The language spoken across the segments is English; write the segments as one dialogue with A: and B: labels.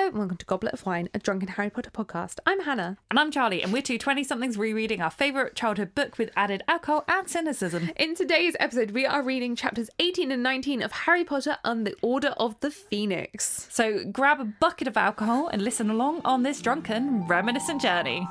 A: and welcome to Goblet of Wine, a drunken Harry Potter podcast. I'm Hannah.
B: And I'm Charlie, and we're two 20 somethings rereading our favourite childhood book with added alcohol and cynicism.
A: In today's episode, we are reading chapters 18 and 19 of Harry Potter and the Order of the Phoenix.
B: So grab a bucket of alcohol and listen along on this drunken, reminiscent journey.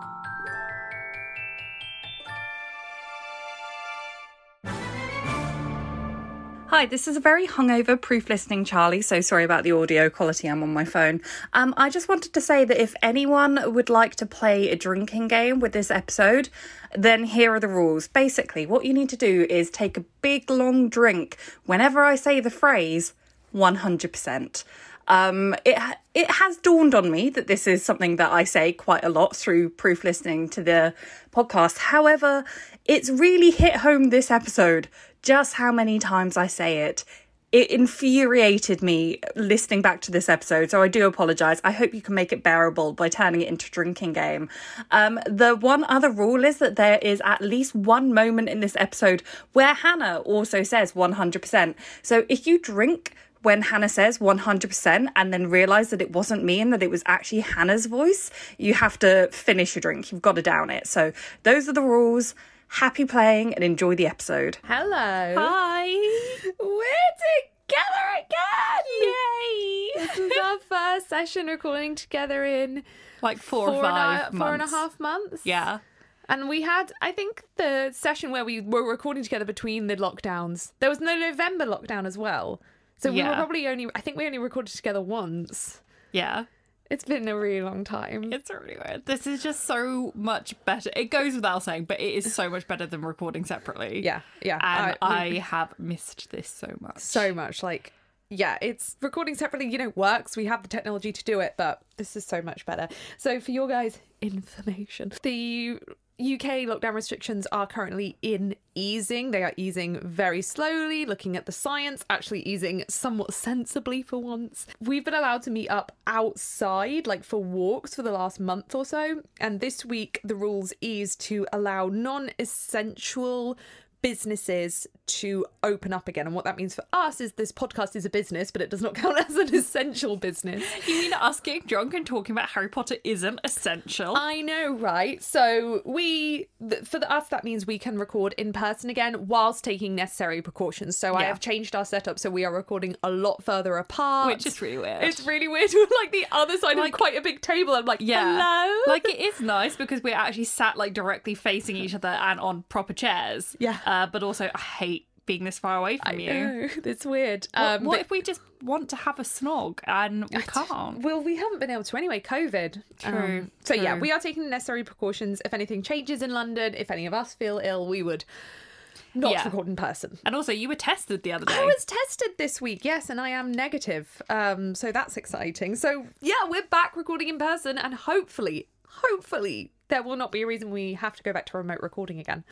C: Hi, this is a very hungover proof listening Charlie, so sorry about the audio quality. I'm on my phone. Um, I just wanted to say that if anyone would like to play a drinking game with this episode, then here are the rules. Basically, what you need to do is take a big long drink whenever I say the phrase 100%. Um, it ha- it has dawned on me that this is something that I say quite a lot through proof listening to the podcast. However, it's really hit home this episode just how many times I say it. It infuriated me listening back to this episode, so I do apologise. I hope you can make it bearable by turning it into a drinking game. Um, the one other rule is that there is at least one moment in this episode where Hannah also says 100%. So if you drink when Hannah says 100% and then realize that it wasn't me and that it was actually Hannah's voice, you have to finish your drink. You've got to down it. So those are the rules. Happy playing and enjoy the episode.
A: Hello.
B: Hi!
A: We're together again! Yay! This is our first session recording together in
B: Like four, or
A: four and a-
B: five months.
A: four and a half months.
B: Yeah.
A: And we had, I think, the session where we were recording together between the lockdowns. There was no November lockdown as well. So we were
B: Yeah.
A: probably only, I think we only recorded together once.
B: Yeah.
A: It's been a really long time.
B: It's really weird. This is just so much better. It goes without saying, but it is so much better than recording separately.
A: Yeah, yeah.
B: And
A: I-
B: I, have missed this so much.
A: So much. Like, yeah, it's recording separately, you know, works. We have the technology to do it, but this is so much better. So, for your guys' information, the UK lockdown restrictions are currently in easing. They are easing very slowly, looking at the science, actually easing somewhat sensibly for once. We've been allowed to meet up outside, like for walks, for the last month or so. And this week, the rules eased to allow non essential businesses to open up again. And what that means for us is this podcast is a business, but it does not count as an essential business.
B: You mean us getting drunk and talking about Harry Potter isn't essential?
A: I know, right? So we, th- for the, us, that means we can record in person again whilst taking necessary precautions. So I
B: Yeah.
A: have changed our setup so we are recording a lot further apart,
B: Which is really weird.
A: It's really weird. We're like the other side of quite a big table. I'm like,
B: Yeah.
A: hello.
B: Like it is nice because we're actually sat like directly facing each other and on proper chairs.
A: Yeah.
B: Uh, but also I hate being this far away from you.
A: Oh, it's weird. Um,
B: What, what
A: but-
B: if we just want to have a snog and we can't?
A: Well, we haven't been able to anyway, COVID. Um,
B: True,
A: so, yeah,
B: true.
A: we are taking the necessary precautions. If anything changes in London, if any of us feel ill, we would not
B: Yeah.
A: record in person.
B: And also, you were tested the other day.
A: I was tested this week, yes, and I am negative. Um, so that's exciting. So, yeah, we're back recording in person, and hopefully, hopefully, there will not be a reason we have to go back to remote recording again.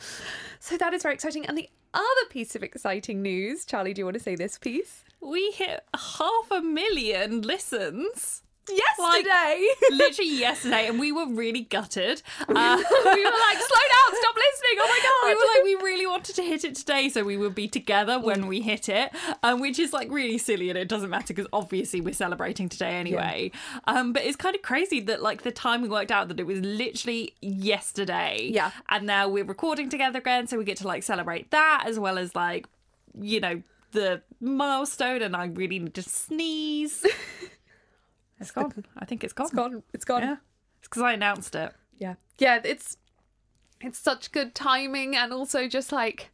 A: So, that is very exciting. And the other piece of exciting news, Charlie, do you want to say this piece?
B: We hit half a million listens.
A: Yesterday.
B: literally yesterday, and we were really gutted. Uh, we were like, "Slow down, stop listening!" Oh my god! We were like, we really wanted to hit it today, so we would be together when we hit it, um, which is like really silly, and it doesn't matter because obviously we're celebrating today anyway. Um, but it's kind of crazy that like the time we worked out that it was literally yesterday.
A: Yeah.
B: and now we're recording together again, so we get to like celebrate that as well as like, you know. The milestone, and I really need to sneeze. It's gone. I think it's gone.
A: It's gone. It's gone.
B: Yeah. It's because I announced it.
A: yeah yeah it's it's such good timing and also just like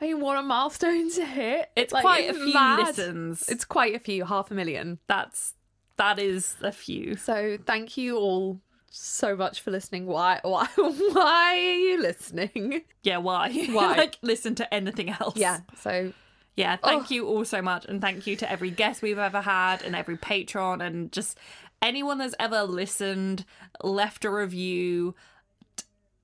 A: i mean what a milestone to hit
B: It's
A: Like,
B: quite a few
A: mad.
B: listens.
A: it's quite a few half a million
B: that's that is a few.
A: so thank you all so much for listening why why why are you listening
B: Yeah, why?
A: Why?
B: like listen to anything else.
A: so
B: Yeah. Thank you all so much. And thank you to every guest we've ever had and every patron and just anyone that's ever listened, left a review.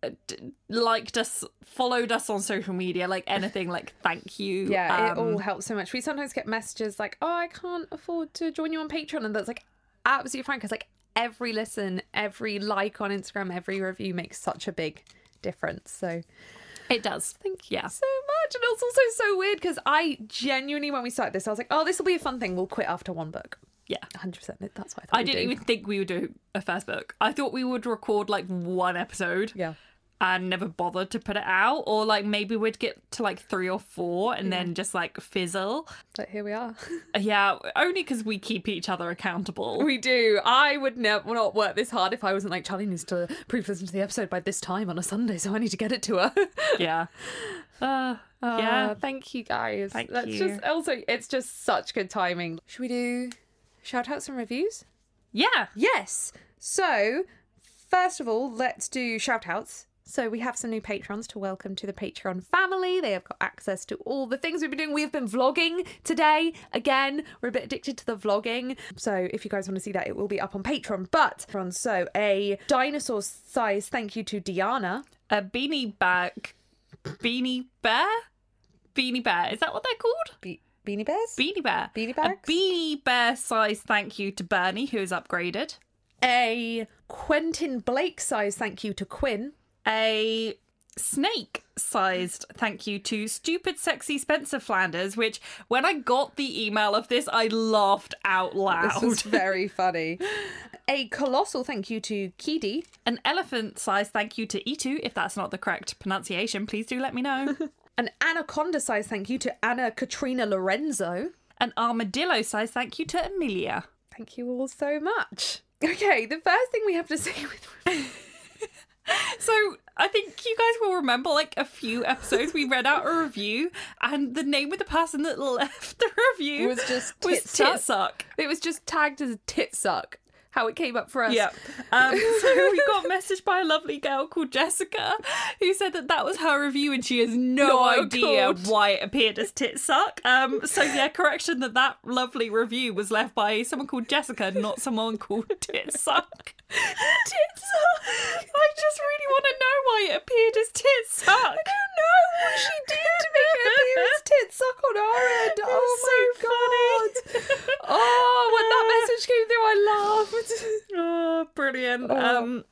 B: d- d- Liked us, followed us on social media, like anything, like thank you.
A: yeah it
B: Um,
A: all helps so much we sometimes get messages like oh i can't afford to join you on patreon and that's like absolutely fine because like every listen every like on instagram every review makes such a big difference so
B: it does. Thank you. Yeah.
A: so much. And it's also so weird because I genuinely, when we started this, I was like, oh, this will be a fun thing. We'll quit after one book.
B: Yeah.
A: 100%. That's what I thought.
B: I
A: we'd
B: didn't
A: do.
B: even think we would do a first book. I thought we would record like one episode
A: Yeah.
B: and never bother to put it out, or like maybe we'd get to like three or four and then just like fizzle.
A: But here we are.
B: Yeah, only because we keep each other accountable.
A: We do. I would never not work this hard if I wasn't like Charlie needs to pre-listen to the episode by this time on a Sunday, so I need to get it to her.
B: yeah. Uh,
A: Uh,
B: yeah.
A: thank you guys.
B: Thank
A: That's
B: you.
A: just also it's just such good timing. Should we do shout outs and reviews?
B: Yeah.
A: Yes. So, first of all, let's do shout outs. So, we have some new patrons to welcome to the Patreon family. They have got access to all the things we've been doing. We have been vlogging today. Again, we're a bit addicted to the vlogging. So, if you guys want to see that, it will be up on Patreon. But, so a dinosaur size thank you to Diana.
B: A beanie bag. Beanie bear? Beanie bear. Is that what they're called?
A: Be- Beanie Bears?
B: Beanie bear.
A: Beanie
B: a
A: bags?
B: beanie bear size thank you to Bernie, who is upgraded.
A: a Quentin Blake size thank you to Quinn.
B: a snake sized thank you to stupid sexy spencer flanders which when i got the email of this i laughed out loud
A: very funny. A colossal thank you to Kidi.
B: an elephant sized thank you to itu if that's not the correct pronunciation please do let me know
A: An anaconda size thank you to Anna Katrina Lorenzo.
B: an armadillo sized thank you to amelia
A: Thank you all so much. Okay, the first thing we have to say with
B: so i think you guys will remember like a few episodes we read out a review and the name of the person that left the review
A: Was just
B: was
A: Titsuck.
B: Titsuck.
A: it was just tagged as tit suck. How it came up for us.
B: Yeah. Um, so we got messaged by a lovely girl called Jessica, who said that that was her review, and she has no,
A: No,
B: idea
A: God.
B: why it appeared as tit suck. Um, so yeah, correction that that lovely review was left by someone called Jessica, not someone called tit suck. tit suck. I just really want to know why it appeared as tit suck. I don't know what she did to make
A: tit suck on our end.
B: Oh
A: my god. Oh, when that message came through, I laughed.
B: Oh, brilliant. Um,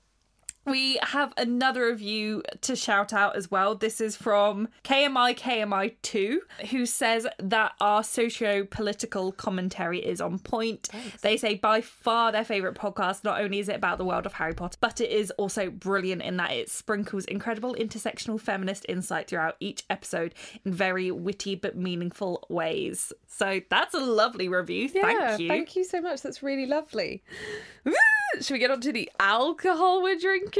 B: we have another review to shout out as well. This is from KMI KMI2, who says that our socio political commentary is on point. They say by far their favourite podcast. Not only is it about the world of Harry Potter, but it is also brilliant in that it sprinkles incredible intersectional feminist insight throughout each episode in very witty but meaningful ways. So that's a lovely review.
A: Yeah,
B: thank you.
A: Thank you so much. That's really lovely. Should we get on to the alcohol we're drinking?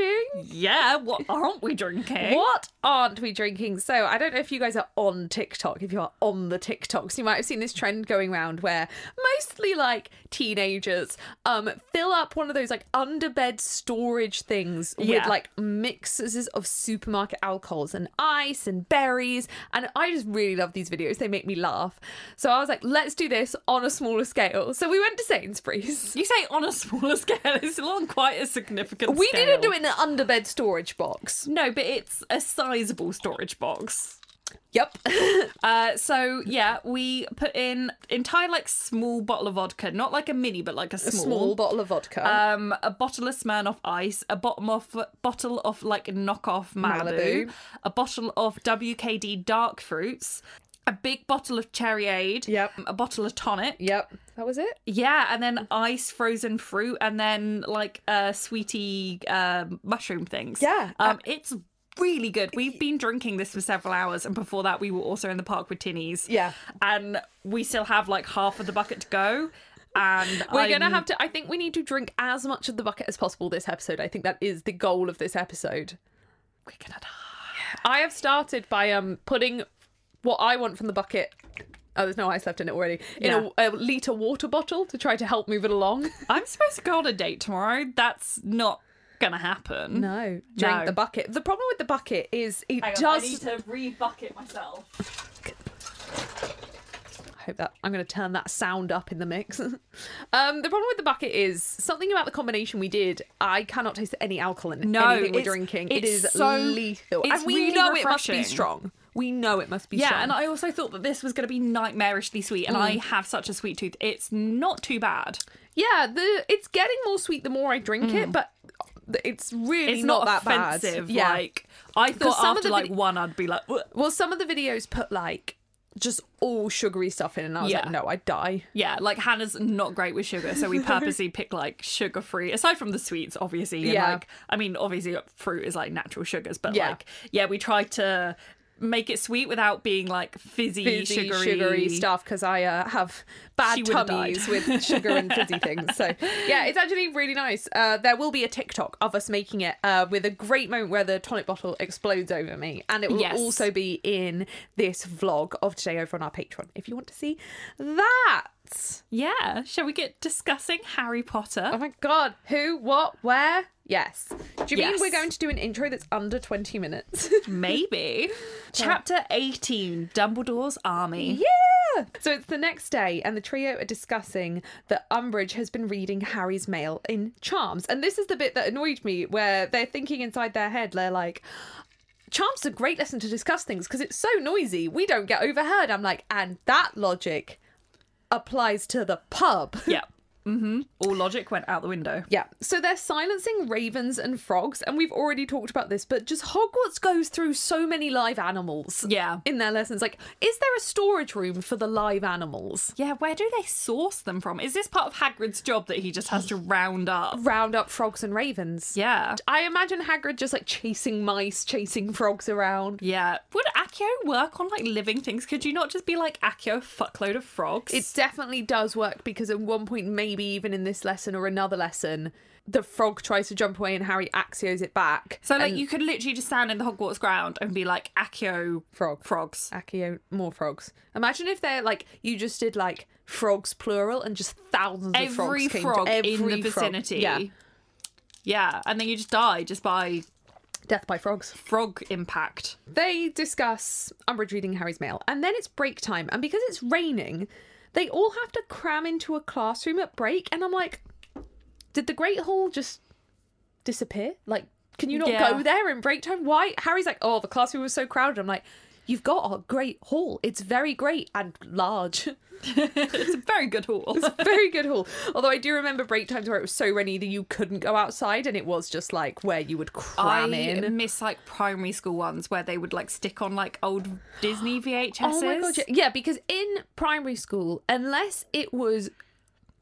B: Yeah, what aren't we drinking?
A: What aren't we drinking? So I don't know if you guys are on TikTok. If you are on the TikToks, you might have seen this trend going around where mostly like teenagers um fill up one of those like underbed storage things with
B: Yeah.
A: like mixes of supermarket alcohols and ice and berries. And I just really love these videos. They make me laugh. So I was like, let's do this on a smaller scale. So we went to Sainsbury's.
B: You say on a smaller scale, it's still on quite a significant
A: We
B: scale.
A: didn't do it in an underbed storage box.
B: No, but it's a sizable storage box.
A: Yep.
B: Uh, so yeah, we put in entire like small bottle of vodka, not like a mini, but like a small,
A: Small bottle of vodka.
B: um, a bottle of Smirnoff Ice, a bottom of bottle of like knockoff Malibu,
A: Malibu.
B: a bottle of WKD dark fruits, a big bottle of Cherryade,
A: Yep.
B: a bottle of tonic,
A: yep. That was it.
B: Yeah, and then ice frozen fruit, and then like uh, sweetie uh, mushroom things.
A: Yeah. uh,
B: um, it's really good. We've been drinking this for several hours, and before that, we were also in the park with tinnies.
A: Yeah.
B: and we still have like half of the bucket to go, and
A: We're
B: I'm-
A: gonna have to I think we need to drink as much of the bucket as possible this episode. I think that is the goal of this episode.
B: We're gonna die.
A: I have started by um putting what I want from the bucket Oh, there's no ice left in it already. In a, a liter water bottle to try to help move it along.
B: I'm supposed to go on a date tomorrow. That's not gonna happen.
A: No, drink
B: No.
A: the bucket. The problem with the bucket is it
B: Hang on,
A: does.
B: I need to re-bucket myself.
A: I hope that I'm going to turn that sound up in the mix. um, the problem with the bucket is something about the combination we did. I cannot taste any alcohol in
B: No,
A: anything we're
B: it's-
A: drinking. it
B: it's
A: is
B: so-
A: lethal,
B: it's
A: and we
B: really
A: know it must be
B: refreshing.
A: strong. We know it must be
B: Yeah,
A: strong.
B: and I also thought that this was going to be nightmarishly sweet, and
A: Mm.
B: I have such a sweet tooth. It's not too bad.
A: yeah, the it's getting more sweet the more I drink it, but it's really
B: Mm. It's
A: not,
B: not,
A: that
B: offensive.
A: bad. Yeah.
B: Like I thought
A: some of
B: after
A: the
B: like
A: vid-
B: one, I'd be like, "Ugh."
A: Well, some of the videos put like just all sugary stuff in, and I was
B: Yeah.
A: like, no, I'd die.
B: Yeah, like Hannah's not great with sugar, so we purposely pick like sugar free, aside from the sweets, obviously. And,
A: Yeah.
B: like, I mean, obviously, uh, fruit is like natural sugars, but
A: Yeah.
B: like, yeah, we try to make it sweet without being like fizzy,
A: Fizzy,
B: sugary.
A: sugary, stuff because I uh, have bad
B: She would've
A: tummies
B: died.
A: with sugar and fizzy things. So yeah, it's actually really nice. Uh, there will be a TikTok of us making it uh, with a great moment where the tonic bottle explodes over me, and it will
B: Yes.
A: also be in this vlog of today over on our Patreon if you want to see that.
B: Yeah. Shall we get discussing Harry Potter?
A: Oh my god, who, what, where? Yes. Do you mean
B: Yes.
A: we're going to do an intro that's under 20 minutes?
B: Maybe. Chapter 18 Dumbledore's Army.
A: Yeah. So it's the next day, and the trio are discussing that Umbridge has been reading Harry's mail in Charms. And this is the bit that annoyed me, where they're thinking inside their head, they're like, Charms is a great lesson to discuss things because it's so noisy. We don't get overheard. I'm like, and that logic applies to the pub.
B: Yeah. hmm All logic went out the window.
A: Yeah, so they're silencing ravens and frogs, and we've already talked about this, but just Hogwarts goes through so many live animals
B: Yeah.
A: in their lessons. Like, is there a storage room for the live animals?
B: Yeah, where do they source them from? Is this part of Hagrid's job that he just has to round up?
A: round up frogs and ravens.
B: Yeah.
A: I imagine Hagrid just like chasing mice, chasing frogs around.
B: Yeah. Would Accio work on like living things? Could you not just be like Accio, fuckload of frogs?
A: It definitely does work because at one point, maybe even in this lesson or another lesson, the frog tries to jump away and Harry axios it back.
B: so like
A: and
B: you could literally just stand in the Hogwarts ground and be like Accio
A: frog,
B: frogs.
A: axio, more frogs. Imagine if they're like you just did like frogs plural and just thousands of frogs
B: Every
A: came
B: frog
A: to, every
B: in the
A: frog.
B: vicinity.
A: Yeah,
B: Yeah, and then you just die just by
A: death by frogs.
B: frog impact.
A: They discuss Umbridge reading Harry's mail, and then it's break time. And because it's raining, they all have to cram into a classroom at break. And I'm like, did the Great Hall just disappear? Like, can you not
B: Yeah.
A: go there in break time? Why? Harry's like, oh, the classroom was so crowded. I'm like, you've got a great hall. It's very great and large.
B: It's a very good haul.
A: very good hall. Although I do remember break times where it was so rainy that you couldn't go outside, and it was just like where you would
B: I
A: cram in.
B: miss like primary school ones where they would like stick on like old Disney VHSs.
A: Oh my god! yeah- Yeah, because in primary school, unless it was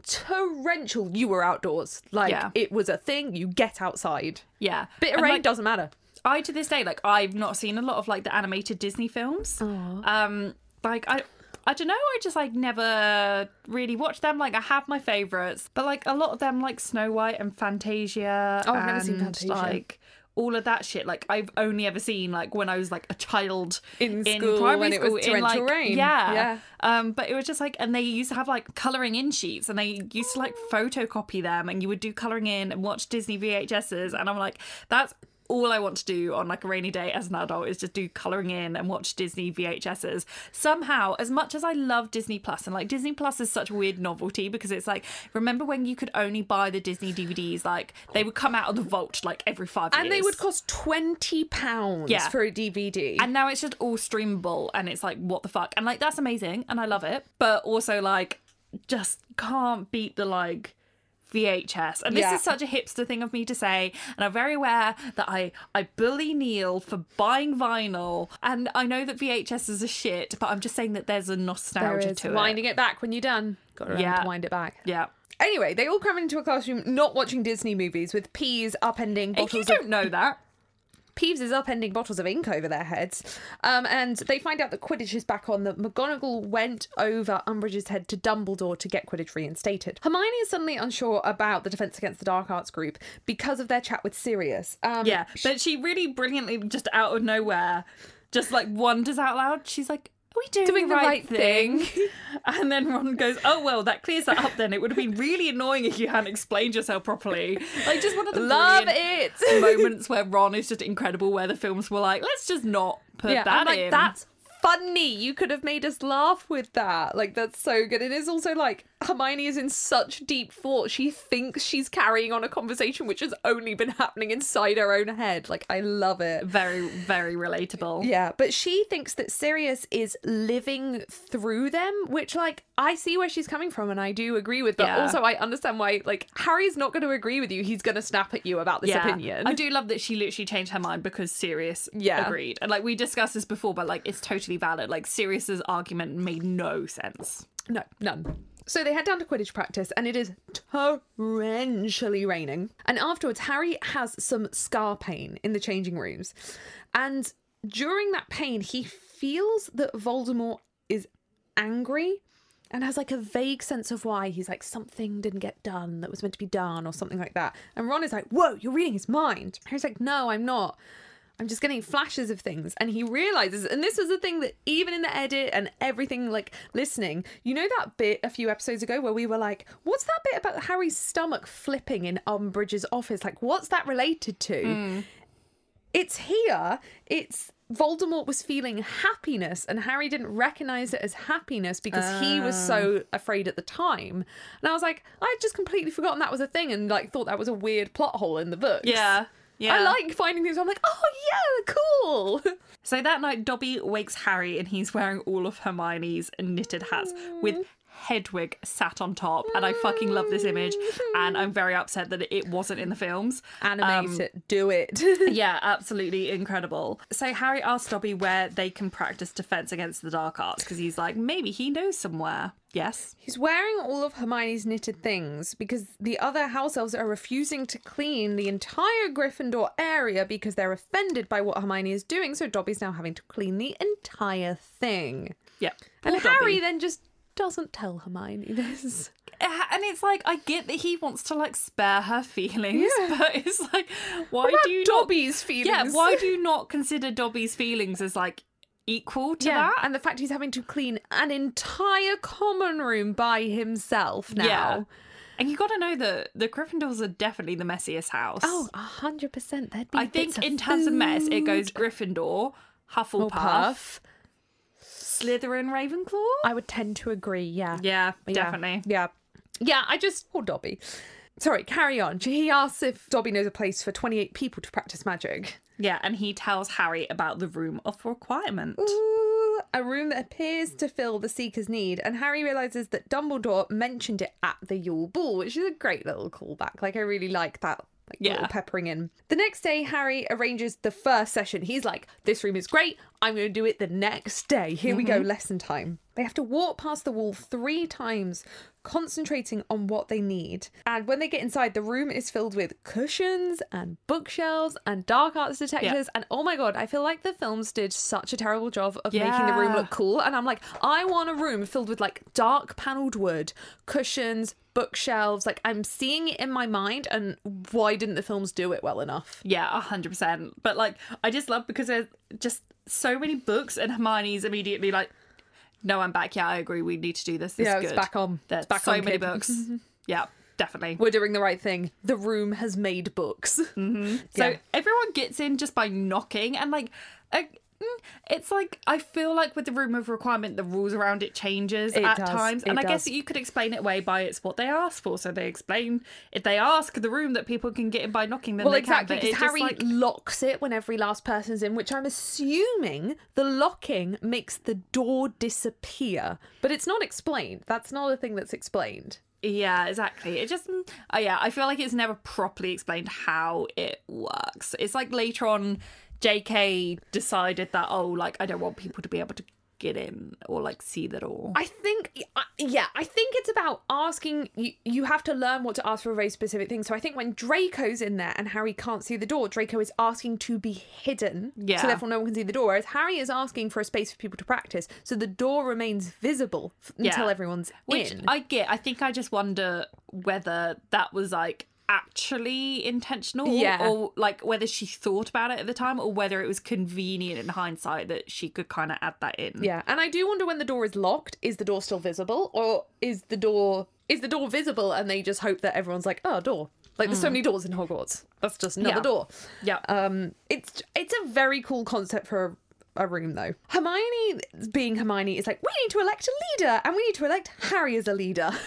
A: torrential, you were outdoors. Like
B: Yeah.
A: it was a thing. You get outside.
B: Yeah.
A: Bit of
B: And,
A: rain
B: like,
A: doesn't matter.
B: I to this day like I've not seen a lot of like the animated Disney films. Um like I I don't know, I just like never really watched them. Like I have my favourites, but like a lot of them like Snow White and Fantasia.
A: Oh, I've never seen
B: and,
A: Fantasia.
B: Like all of that shit. Like I've only ever seen like when I was like a child
A: In school
B: primary
A: when it was
B: school, in,
A: torrential
B: like,
A: rain.
B: Yeah.
A: Yeah.
B: Um but it was just like and they used to have like colouring in sheets and they used to like photocopy them and you would do colouring in and watch Disney VHSs and I'm like, that's all I want to do on like a rainy day as an adult is just do colouring in and watch Disney VHSs. Somehow, as much as I love Disney Plus and like Disney Plus is such a weird novelty because it's like, remember when you could only buy the Disney DVDs, like they would come out of the vault like every five
A: And
B: years.
A: they would cost twenty pounds
B: Yeah.
A: for a DVD.
B: And now it's just all streamable and it's like, what the fuck? And like, that's amazing and I love it. But also, like, just can't beat the like VHS. And this
A: Yeah.
B: is such a hipster thing of me to say. And I'm very aware that I, I bully Neil for buying vinyl. And I know that VHS is a shit, but I'm just saying that there's a
A: There
B: nostalgia
A: is
B: to
A: winding it. back when you're done. Got to remember
B: Yeah.
A: to wind it back.
B: it. Yeah.
A: Anyway, they all cram into a classroom, not watching Disney movies, with peas upending
B: If you
A: bottles of
B: don't know that,
A: Peeves is upending bottles of ink over their heads. Um, and they find out that Quidditch is back on, that McGonagall went over Umbridge's head to Dumbledore to get Quidditch reinstated. Hermione is suddenly unsure about the Defense Against the Dark Arts group because of their chat with Sirius. Um,
B: yeah. But she really brilliantly, just out of nowhere, just like wonders out loud. She's like, are we doing,
A: Doing
B: the right, thing?
A: thing.
B: And then Ron goes, "Oh well, that clears that up. Then it would have been really annoying if you hadn't explained yourself properly." Like just one of the
A: Love
B: brilliant
A: it.
B: moments where Ron is just incredible. Where the films were like, "Let's just not put
A: yeah,
B: that
A: I'm like,
B: in."
A: that's funny. You could have made us laugh with that. Like, that's so good. It is also like Hermione is in such deep thought. She thinks she's carrying on a conversation which has only been happening inside her own head. Like, I love it.
B: very, very relatable.
A: Yeah, but she thinks that Sirius is living through them, which like I see where she's coming from and I do agree with, but
B: Yeah.
A: also I understand why like Harry's not going to agree with you. He's going to snap at you about this
B: Yeah.
A: opinion.
B: I do love that she literally changed her mind because Sirius
A: Yeah.
B: agreed. And like we discussed this before, but like it's totally actually valid. Like Sirius's argument made no sense.
A: No, none. So they head down to Quidditch practice and it is torrentially raining. And afterwards, Harry has some scar pain in the changing rooms. And during that pain, he feels that Voldemort is angry and has like a vague sense of why. He's like, something didn't get done that was meant to be done or something like that. And Ron is like, whoa, you're reading his mind. Harry's like, no, I'm not. I'm just getting flashes of things. And he realizes, and this was the thing that even in the edit and everything, like listening, you know that bit a few episodes ago where we were like, what's that bit about Harry's stomach flipping in Umbridge's office? Like, what's that related to? It's here. It's. Voldemort was feeling happiness, and Harry didn't recognize it as happiness because he was so afraid at the time. And I was like, I had just completely forgotten that was a thing, and like thought that was a weird plot hole in the books.
B: Yeah.
A: I like finding things. where I'm like, oh yeah, cool.
B: So that night, Dobby wakes Harry and he's wearing all of Hermione's knitted hats with Hedwig sat on top. And I fucking love this image. And I'm very upset that it wasn't in the films. Um,
A: Animate it, do it.
B: Yeah, absolutely incredible. So Harry asks Dobby where they can practice defense against the dark arts because he's like, maybe he knows somewhere. Yes.
A: He's wearing all of Hermione's knitted things because the other house elves are refusing to clean the entire Gryffindor area because they're offended by what Hermione is doing. So Dobby's now having to clean the entire thing.
B: Yep.
A: and
B: Poor Dobby.
A: Harry then just doesn't tell Hermione this.
B: Uh, and it's like I get that he wants to like spare her feelings,
A: Yeah.
B: but it's like why
A: About
B: do you not
A: Dobby's feelings.
B: Yeah, why do you not consider Dobby's feelings as like equal to
A: Yeah,
B: that?
A: and the fact he's having to clean an entire common room by himself now.
B: Yeah. And you got to know that the Gryffindors are definitely the messiest house.
A: Oh, a hundred percent. That'd be.
B: I
A: bits
B: think in terms of mess, it goes Gryffindor, Hufflepuff,
A: puff.
B: Slytherin, Ravenclaw.
A: I would tend to agree. Yeah.
B: Yeah,
A: Yeah.
B: definitely.
A: Yeah. Yeah. I just or Dobby. Sorry, carry on. He asks if Dobby knows a place for twenty-eight people to practice magic.
B: Yeah, and he tells Harry about the room of requirement.
A: Ooh, a room that appears to fill the seeker's need, and Harry realizes that Dumbledore mentioned it at the Yule Ball, which is a great little callback. Like I really like that. Like
B: Yeah.
A: little peppering in. The next day, Harry arranges the first session. He's like, "This room is great. I'm going to do it the next day. Here we go, lesson time." They have to walk past the wall three times, concentrating on what they need. And when they get inside, the room is filled with cushions and bookshelves and dark arts detectors. And oh my god, I feel like the films did such a terrible job of making the room
B: Yeah.
A: look cool. And I'm like, I want a room filled with like dark paneled wood, cushions, bookshelves. Like I'm seeing it in my mind. And why didn't the films do it well enough?
B: Yeah, a hundred percent. But like, I just love because there's just so many books, and Hermione's immediately like, "No, I'm back. Yeah, I agree. We need to do this. this
A: Yeah,
B: is
A: it's
B: good.
A: back on.
B: There's
A: It's back
B: so
A: on,
B: many
A: kid."
B: books. yeah, definitely.
A: We're doing the right thing. The room has made books.
B: So
A: Yeah.
B: everyone gets in just by knocking, and like, uh, mm, it's like I feel like with the room of requirement, the rules around it changes
A: It
B: at
A: does,
B: times, and
A: it
B: I guess
A: does.
B: you could explain it away by it's what they ask for. So they explain if they ask the room that people can get in by knocking, then
A: Well,
B: they
A: exactly,
B: can. but
A: because
B: it's just,
A: Harry
B: like-
A: locks it when every last person's in, which I'm assuming the locking makes the door disappear. But it's not explained. That's not a thing that's explained.
B: Yeah, exactly. It just, mm, oh yeah, I feel like it's never properly explained how it works. It's like later on, J.K. decided that oh, like I don't want people to be able to get in or like see the door.
A: I think, I- yeah, I think it's about asking. You, you have to learn what to ask for a very specific thing. So I think when Draco's in there and Harry can't see the door, Draco is asking to be hidden.
B: Yeah.
A: So therefore, no one can see the door. Whereas Harry is asking for a space for people to practice. So the door remains visible f- until everyone's
B: Which
A: in.
B: I get. I think I just wonder whether that was like actually intentional
A: Yeah.
B: or like whether she thought about it at the time or whether it was convenient in hindsight that she could kind of add that in.
A: Yeah, and I do wonder when the door is locked, is the door still visible, or is the door is the door visible, and they just hope that everyone's like, oh, door. Like there's so many doors in Hogwarts. That's just another
B: Mm. Yeah.
A: door.
B: Yeah.
A: Um, it's it's a very cool concept for a, a room though. Hermione, being Hermione, is like, we need to elect a leader, and we need to elect Harry as a leader.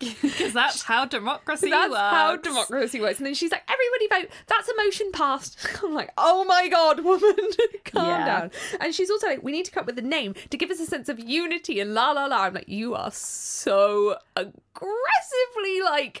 B: Because that's how democracy
A: That's
B: works.
A: how democracy works. And then she's like, everybody vote. That's a motion passed. I'm like, oh my God, woman, calm
B: Yeah.
A: down. And she's also like, we need to come up with a name to give us a sense of unity and la la la. I'm like, you are so aggressively like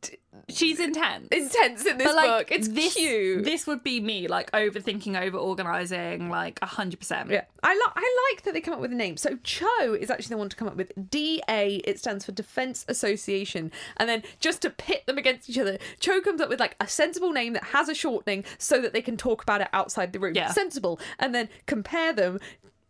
A: d-
B: She's intense.
A: intense in this
B: But, like,
A: book. It's
B: this,
A: cute.
B: This would be me, like overthinking, over organizing, like hundred percent.
A: yeah, I like I like that they come up with a name. So Cho is actually the one to come up with DA. It stands for Defense Association, and then just to pit them against each other, Cho comes up with like a sensible name that has a shortening so that they can talk about it outside the room.
B: Yeah.
A: Sensible, and then compare them.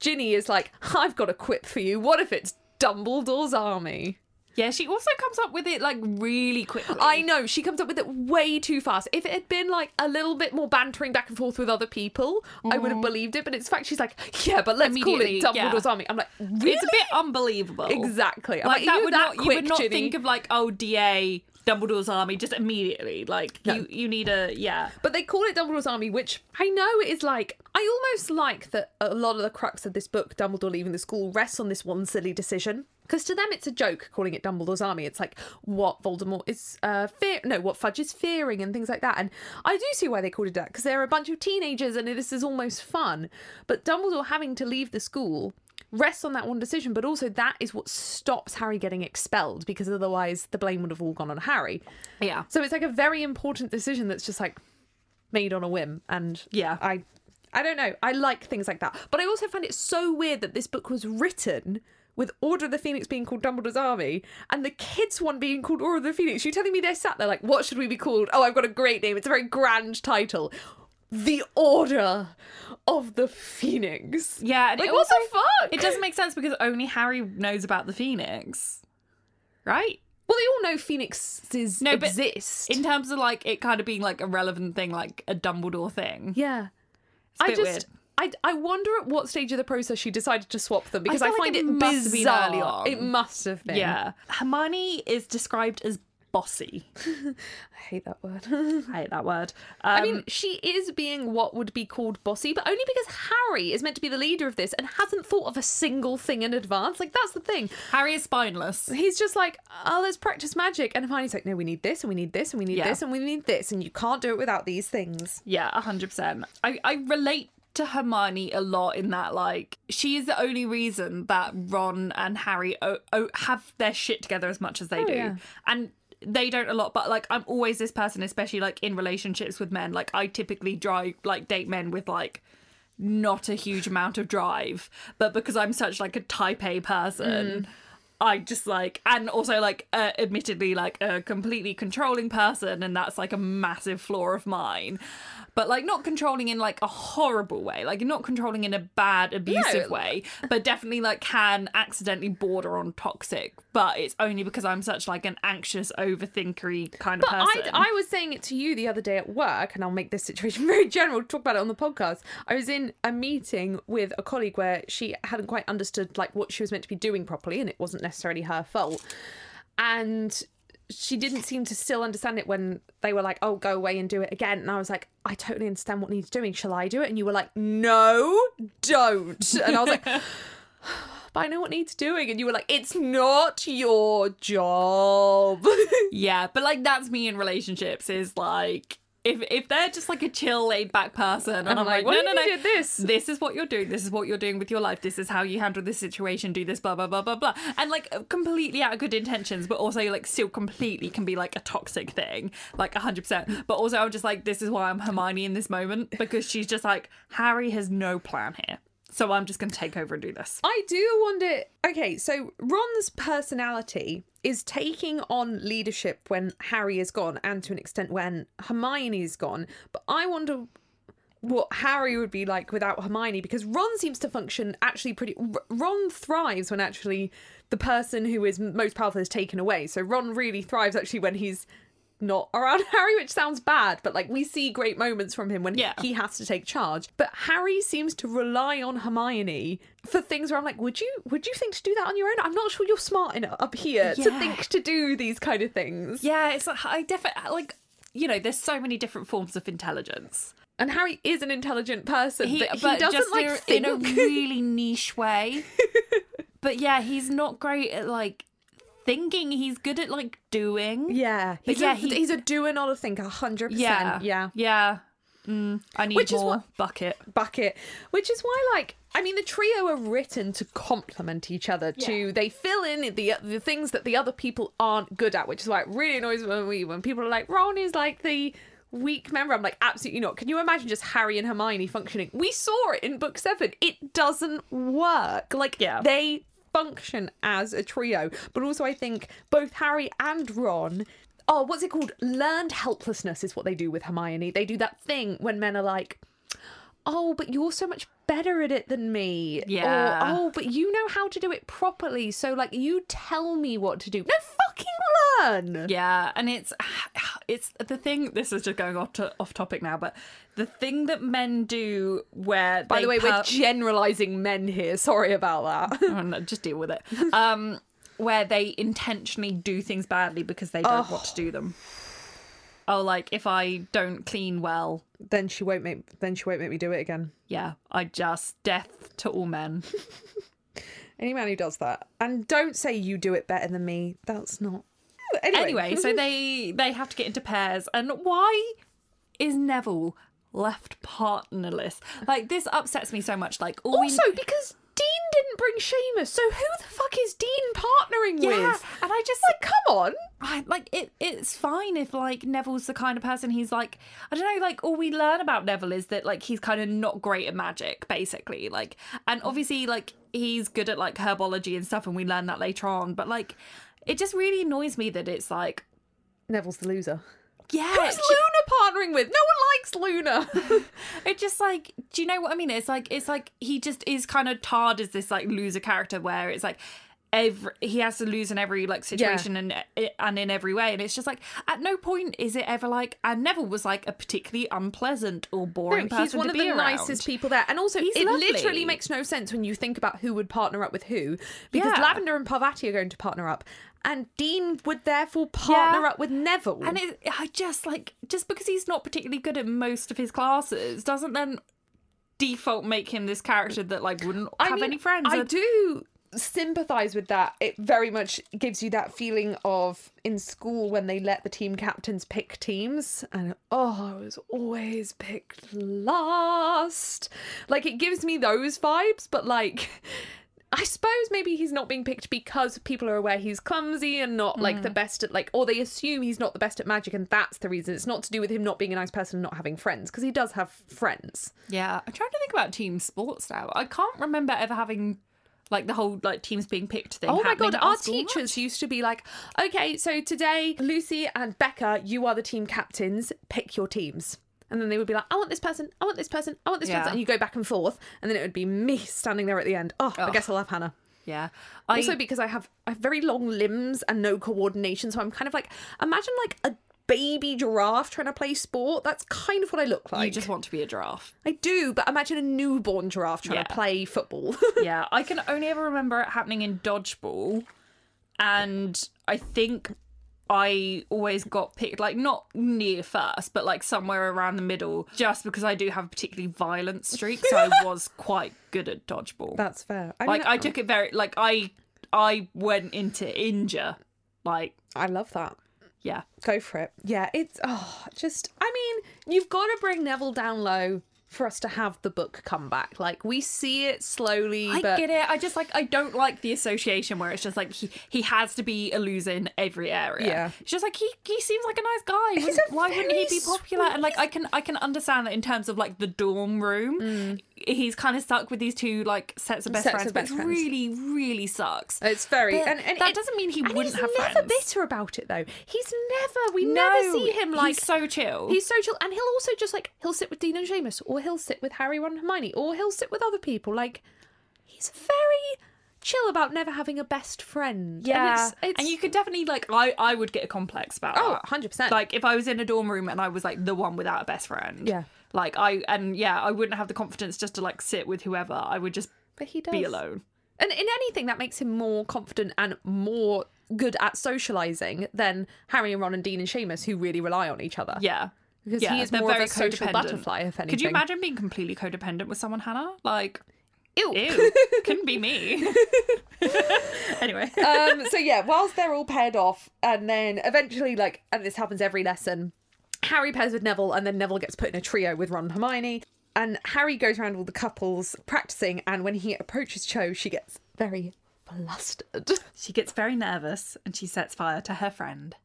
A: Ginny is like, I've got a quip for you. What if it's Dumbledore's army?
B: Yeah, she also comes up with it like really quickly.
A: I know she comes up with it way too fast. If it had been like a little bit more bantering back and forth with other people, I would have believed it. But it's fact she's like, yeah, but let's call it
B: Mm. Immediately, yeah.
A: Dumbledore's army. I'm like, really?
B: it's a bit unbelievable.
A: exactly. I'm like,
B: Like, that
A: you
B: would
A: that
B: not
A: quick,
B: you would not
A: Ginny?
B: think of like oh DA Dumbledore's army just immediately. Like you you need a yeah.
A: But they call it Dumbledore's Army, which I know is like I almost like that a lot of the crux of this book, Dumbledore leaving the school, rests on this one silly decision. Because to them it's a joke calling it Dumbledore's Army. It's like what Voldemort is uh fear no, what Fudge is fearing and things like that. And I do see why they called it that, because they're a bunch of teenagers and this is almost fun. But Dumbledore having to leave the school rests on that one decision, but also that is what stops Harry getting expelled, because otherwise the blame would have all gone on Harry.
B: Yeah.
A: So it's like a very important decision that's just like made on a whim and
B: Yeah.
A: I I don't know. I like things like that. But I also find it so weird that this book was written with Order of the Phoenix being called Dumbledore's Army and the kids one being called Order of the Phoenix. You're telling me they're sat there like, what should we be called? Oh, I've got a great name. It's a very grand title. The Order of the Phoenix.
B: Yeah. and
A: Like,
B: it
A: what the
B: also-
A: fuck?
B: It doesn't make sense because only Harry knows about the Phoenix. Right?
A: Well, they all know phoenixes
B: No, but
A: exist.
B: In terms of like it kind of being like a relevant thing, like a Dumbledore thing.
A: Yeah.
B: a
A: I
B: bit
A: just
B: weird.
A: I I wonder at what stage of the process she decided to swap them because I,
B: feel like
A: find
B: it
A: it,
B: must have been
A: bizarre.
B: early on.
A: It must have been.
B: Yeah. Hermione is described as bossy.
A: I hate that word.
B: I hate that word. Um,
A: I mean, she is being what would be called bossy, but only because Harry is meant to be the leader of this and hasn't thought of a single thing in advance. Like that's the thing.
B: Harry is spineless.
A: He's just like, oh, let's practice magic, and Hermione's like, no, we need this, and we need this, and we need
B: Yeah.
A: this, and we need this, and you can't do it without these things.
B: Yeah, 100%. I, I relate to Hermione a lot in that, like, she is the only reason that Ron and Harry o- o- have their shit together as much as they do.
A: yeah.
B: And they don't a lot, but like, I'm always this person, especially like in relationships with men. Like, I typically drive, like, date men with like, not a huge amount of drive, but because I'm such like a type A person, I just like, and also like, uh, admittedly, like a completely controlling person, and that's like a massive flaw of mine. But like, not controlling in like a horrible way, like not controlling in a bad, abusive way, but definitely like can accidentally border on toxic. But it's only because I'm such like an anxious, overthinkery kind of person.
A: I, I was saying it to you the other day at work, and I'll make this situation very general, talk about it on the podcast. I was in a meeting with a colleague where she hadn't quite understood like what she was meant to be doing properly, and it wasn't necessarily her fault. And she didn't seem to still understand it when they were like, "Oh, go away and do it again." And I was like, "I totally understand what needs doing. Shall I do it?" And you were like, "No, don't." And I was like, "But I know what needs doing." And you were like, "It's not your job."
B: Yeah, but like that's me in relationships is like if if they're just like a chill, laid back person, and I'm, like,
A: "What
B: no,
A: if
B: no,
A: you
B: no,
A: did this?"
B: This is what you're doing. This is what you're doing with your life. This is how you handle this situation. Do this, blah blah blah blah blah, and like completely out of good intentions, but also like still completely can be like a toxic thing, like hundred percent. But also, I'm just like, this is why I'm Hermione in this moment because she's just like Harry has no plan here, so I'm just gonna take over and do this.
A: I do wonder. Okay, so Ron's personality is taking on leadership when Harry is gone, and to an extent when Hermione is gone. But I wonder what Harry would be like without Hermione, because Ron seems to function actually pretty. R- Ron thrives when actually the person who is m- most powerful is taken away. So Ron really thrives actually when he's not around Harry, which sounds bad, but like we see great moments from him when
B: Yeah.
A: he has to take charge. But Harry seems to rely on Hermione for things where I'm like, would you would you think to do that on your own? I'm not sure you're smart enough up here to
B: Yeah.
A: think to do these kind of things.
B: Yeah, it's like, I definitely like you know, there's so many different forms of intelligence.
A: And Harry is an intelligent person,
B: he,
A: but he
B: but
A: doesn't
B: just
A: like
B: in a-
A: think.
B: in a really niche way. but yeah, he's not great at like thinking. He's good at like doing.
A: Yeah, he's,
B: Mm-hmm. yeah,
A: a,
B: he-
A: he's a doer, not a thinker, hundred
B: yeah,
A: percent. Yeah,
B: yeah. Mm, I need
A: Which is
B: more
A: what-
B: bucket.
A: bucket, which is why, like, I mean, the trio are written to complement each other. To they fill in the the things that the other people aren't good at, which is why it really annoys me when we when people are like, Ron is like the weak member. I'm like, absolutely not. Can you imagine just Harry and Hermione functioning? We saw it in book seven. It doesn't work. Like,
B: Yeah.
A: they function as a trio, but also I think both Harry and Ron. Oh, what's it called? Learned helplessness is what they do with Hermione. They do that thing when men are like, oh, but you're so much better at it than me.
B: Yeah.
A: Or, oh, but you know how to do it properly. So, like, you tell me what to do. No, fucking learn.
B: Yeah, and it's it's the thing. This is just going off to, off topic now, but the thing that men do where
A: By the way,
B: we
A: we're generalizing men here. Sorry about that.
B: Oh, no, just deal with it. Um, where they intentionally do things badly because they don't want to do them. Oh, like if I don't clean well,
A: then she won't make. Then she won't make me do it again.
B: yeah, I just death to all men.
A: Any man who does that, and don't say you do it better than me. That's not. Anyway,
B: anyway, so they they have to get into pairs, and why is Neville left partnerless? Like this upsets me so much. Like all we-
A: also because Dean didn't bring Seamus, so who the fuck is Dean partnering
B: yeah,
A: with?
B: and I just
A: Like, come on.
B: I, like it it's fine if like Neville's the kind of person he's like I don't know like all we learn about Neville is that like he's kind of not great at magic basically like and obviously like he's good at like herbology and stuff and we learn that later on but like it just really annoys me that it's like
A: Neville's the loser.
B: yeah
A: Who's
B: she-
A: Luna partnering with? No one likes Luna.
B: It just like, do you know what I mean? It's like, it's like he just is kind of tarred as this like loser character where it's like every he has to lose in every like situation and eh, and in every way, and it's just like at no point is it ever like and Neville was like a particularly unpleasant or
A: No,
B: boring person.
A: he's one
B: to
A: of
B: be
A: the
B: around.
A: nicest people there. And also,
B: He's
A: it
B: lovely.
A: literally makes no sense when you think about who would partner up with who, because
B: Yeah.
A: Lavender and Parvati are going to partner up, and Dean would therefore partner
B: Yeah.
A: up with Neville.
B: And it, I just like just because he's not particularly good at most of his classes doesn't then default make him this character that like wouldn't
A: I
B: have
A: mean,
B: any friends.
A: I
B: or-
A: do sympathize with that. It very much gives you that feeling of in school when they let the team captains pick teams, and oh, I was always picked last. Like it gives me those vibes, but like. I suppose maybe he's not being picked because people are aware he's clumsy and not like
B: Mm.
A: the best at like, or they assume he's not the best at magic, and that's the reason. It's not to do with him not being a nice person, and not having friends, because he does have friends.
B: Yeah, I'm trying to think about team sports now. I can't remember ever having like the whole like teams being picked thing.
A: Oh my
B: happening
A: god,
B: at
A: our
B: school.
A: teachers used to be like, okay, so today, Lucy and Becca, you are the team captains, pick your teams. And then they would be like, I want this person, I want this person, I want this
B: Yeah.
A: person. And you go back and forth. And then it would be me standing there at the end. Oh, I guess I'll have Hannah.
B: Yeah, I
A: Also, because I have, I have very long limbs and no coordination. So I'm kind of like, imagine like a baby giraffe trying to play sport. That's kind of what I look like.
B: you just want to be a giraffe.
A: I do, but imagine a newborn giraffe trying to
B: Yeah.
A: play football.
B: yeah, I can only ever remember it happening in dodgeball, and I think I always got picked like not near first, but like somewhere around the middle, just because I do have a particularly violent streak. So I was quite good at dodgeball.
A: That's fair. I mean,
B: like I took it very like I I went into injure like.
A: I love that.
B: Yeah,
A: Go for it. Yeah, it's oh, just I mean, you've got to bring Neville down low for us to have the book come back. Like we see it slowly,
B: I
A: but
B: get it. I just like I don't like the association where it's just like he he has to be a loser in every area.
A: Yeah.
B: it's just like he he seems like a nice guy.
A: He's
B: Wouldn't-
A: a
B: Why wouldn't he
A: very
B: be popular? And like I can I can understand that in terms of like the dorm room, he's kind of stuck with these two like sets of
A: Mm.
B: best
A: Sets
B: friends,
A: of
B: but
A: best
B: it
A: friends.
B: really really sucks.
A: it's very
B: But
A: and, and
B: that
A: it-
B: doesn't mean he
A: and
B: wouldn't
A: he's
B: have
A: never
B: friends.
A: bitter about it though. He's never we never see him like
B: he's so chill.
A: He's so chill, and he'll also just like he'll sit with Dean and Seamus, or he'll sit with Harry, Ron, and Hermione, or he'll sit with other people. Like he's very chill about never having a best friend. And
B: yeah,
A: it's, it's,
B: and you could definitely like I I would get a complex about
A: oh,
B: that.
A: 100 percent.
B: like if I was in a dorm room and I was like the one without a best friend.
A: Yeah.
B: Like I and yeah, I wouldn't have the confidence just to like sit with whoever. I would just
A: but he does
B: be alone.
A: And in anything, that makes him more confident and more good at socializing than Harry and Ron and Dean and Seamus, who really rely on each other.
B: Yeah.
A: Because
B: yeah,
A: he is
B: they're
A: more of
B: very
A: a social
B: codependent.
A: butterfly, if anything.
B: Could you imagine being completely codependent with someone, Hannah? Like,
A: Ew.
B: ew, couldn't be me. anyway.
A: Uh, um, so yeah, whilst they're all paired off, and then eventually, like, and this happens every lesson. Harry pairs with Neville, and then Neville gets put in a trio with Ron and Hermione. And Harry goes around all the couples practicing, and when he approaches Cho, she gets very flustered.
B: She gets very nervous and she sets fire to her friend.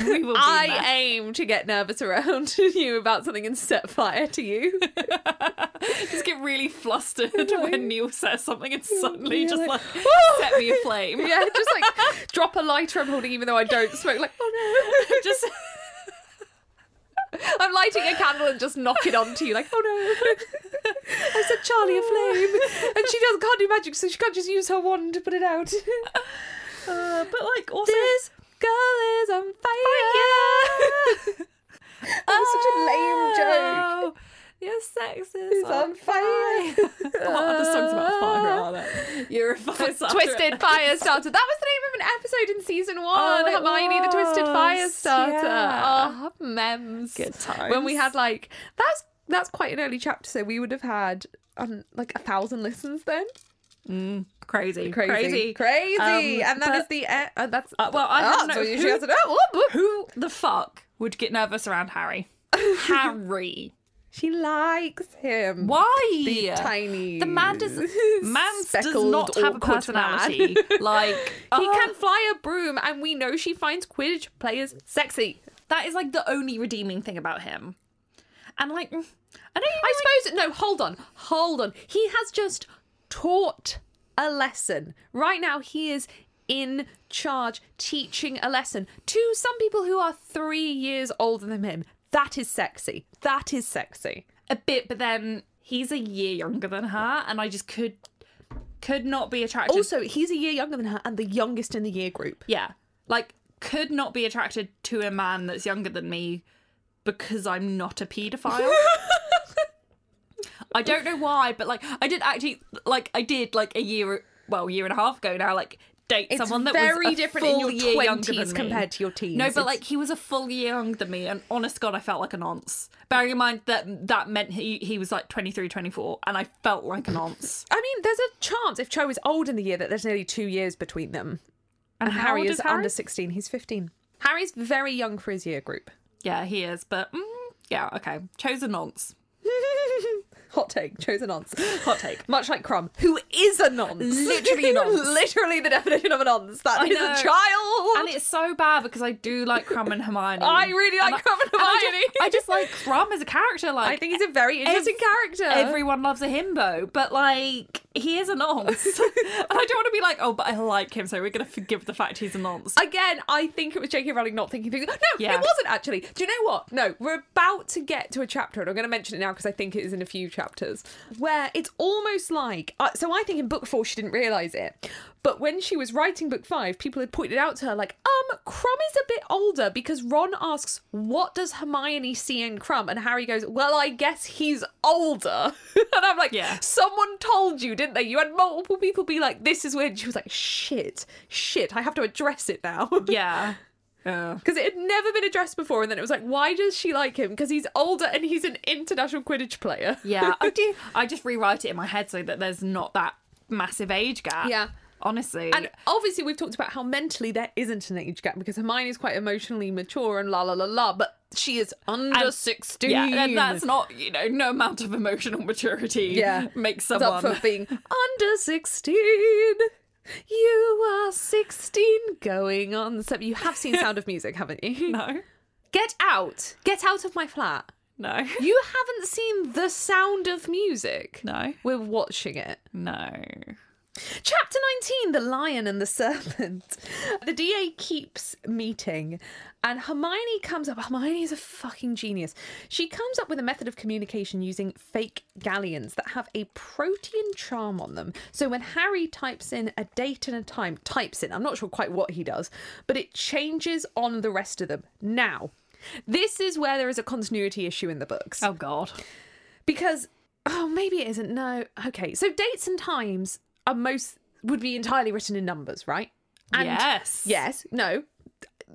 B: we will be
A: I
B: there.
A: aim to get nervous around you about something and set fire to you.
B: just get really flustered when Neil says something and suddenly
A: Yeah,
B: just like
A: like,
B: set me aflame.
A: yeah, just like drop a lighter I'm holding, even though I don't smoke. Like, oh
B: Just
A: no. I'm lighting a candle and just knock it onto you. Like, oh no. I said Charlie aflame. And she doesn't, can't do magic, so she can't just use her wand to put it out.
B: uh, but like also
A: this girl is on fire. that was such a lame joke.
B: Oh, Your sex is
A: It's on fire. Oh,
B: What other Oh, songs about fire are there? You're a fire starter.
A: Twisted Fire Starter. That was the name of an episode in season one.
B: Oh, it
A: Hermione, the Twisted
B: was,
A: Fire Starter.
B: yeah.
A: Oh, mems.
B: Good times.
A: When we had like that's that's quite an early chapter, so we would have had um, like a thousand listens then.
B: crazy,
A: Crazy,
B: crazy,
A: crazy,
B: Um,
A: and that is
B: but-
A: the e- uh, that's
B: Uh, well, I
A: Ah,
B: don't know
A: so you-
B: who-
A: she has it. Oh, whoop, whoop.
B: Who the fuck would get nervous around Harry? Harry,
A: She likes him.
B: why?
A: The tiny.
B: The man does man does
A: speckled,
B: not have a
A: awkward man.
B: personality. Like he
A: He
B: Oh.
A: can fly a broom, and we know she finds Quidditch players sexy.
B: That is like the only redeeming thing about him. And like, mm, I don't even.
A: I suppose no, hold on. Hold on. He has just taught a lesson. Right now he is in charge teaching a lesson to some people who are 3 years older than him. That is sexy. That is sexy.
B: a bit, but then he's a year younger than her, and I just could could not be attracted.
A: Also, he's a year younger than her and the youngest in the year group.
B: yeah, like could not be attracted to a man that's younger than me because I'm not a paedophile. I don't know why, but like I did actually like I did like a year well a year and a half ago now like date
A: It's
B: someone that
A: very
B: was a
A: different in your
B: full year younger
A: 20s
B: than me.
A: compared to your teens.
B: No, but
A: It's-
B: like he was a full year younger than me, and honest God, I felt like an nonce. Bearing in mind that that meant he he was like 23, 24, and I felt like an nonce.
A: I mean, there's a chance if Cho is old in the year that there's nearly 2 years between them.
B: And, how
A: Harry
B: old
A: is
B: is Harry?
A: under 16. He's 15. Harry's very young for his year group.
B: Yeah, he is, but mm, yeah, okay, chose a nonce.
A: Hot take, chose a nonce.
B: Hot take.
A: Much like Crumb, who is a nonce.
B: Literally a nonce.
A: Literally the definition of a nonce. That is
B: know.
A: a child.
B: And it's so bad because I do like Crumb and Hermione.
A: I really like
B: And I-
A: Crumb and
B: I
A: Hermione.
B: just- I just like Crumb as a character. Like
A: I think he's a very interesting character.
B: Everyone loves a himbo, but like he is a nonce, and I don't want to be like, oh, but I like him, so we're gonna forgive the fact he's a nonce.
A: Again, I think it was J.K. Rowling not thinking things. No,
B: Yeah.
A: it wasn't actually. Do you know what? No, we're about to get to a chapter, and I'm going to mention it now because I think it is in a few chapters, where it's almost like. Uh, so I think in book four she didn't realise it, but when she was writing book five, people had pointed out to her, like, um, Crumb is a bit older because Ron asks, what does Hermione see in Crumb? And Harry goes, well, I guess he's older. and I'm like,
B: Yeah.
A: someone told you, didn't they? You had multiple people be like, this is weird. And she was like, shit, shit, I have to address it now.
B: Yeah. Yeah.
A: Because it had never been addressed before. And then it was like, why does she like him? Because he's older and he's an international Quidditch player.
B: Yeah, I do. I just rewrite it in my head so that there's not that massive age gap.
A: Yeah.
B: honestly.
A: And obviously, we've talked about how mentally there isn't an age gap because Hermione is quite emotionally mature and la la la la, but she is under
B: And-
A: 16.
B: yeah, and that's not you know no amount of emotional maturity
A: Yeah.
B: makes
A: It's up
B: someone.
A: for being under 16. You are 16 going on. So you have seen Sound of Music, haven't you?
B: no,
A: Get out. Get out of my flat.
B: no,
A: You haven't seen The Sound of Music.
B: no,
A: We're watching it.
B: no.
A: Chapter 19 The Lion and the Serpent. The DA keeps meeting, and Hermione comes up. Hermione is a fucking genius. She comes up with a method of communication using fake galleons that have a protean charm on them. So when Harry types in a date and a time, types in, I'm not sure quite what he does, but it changes on the rest of them. Now, this is where there is a continuity issue in the books
B: Oh God.
A: because oh maybe it isn't no okay so dates and times are most would be entirely written in numbers right and
B: yes.
A: yes no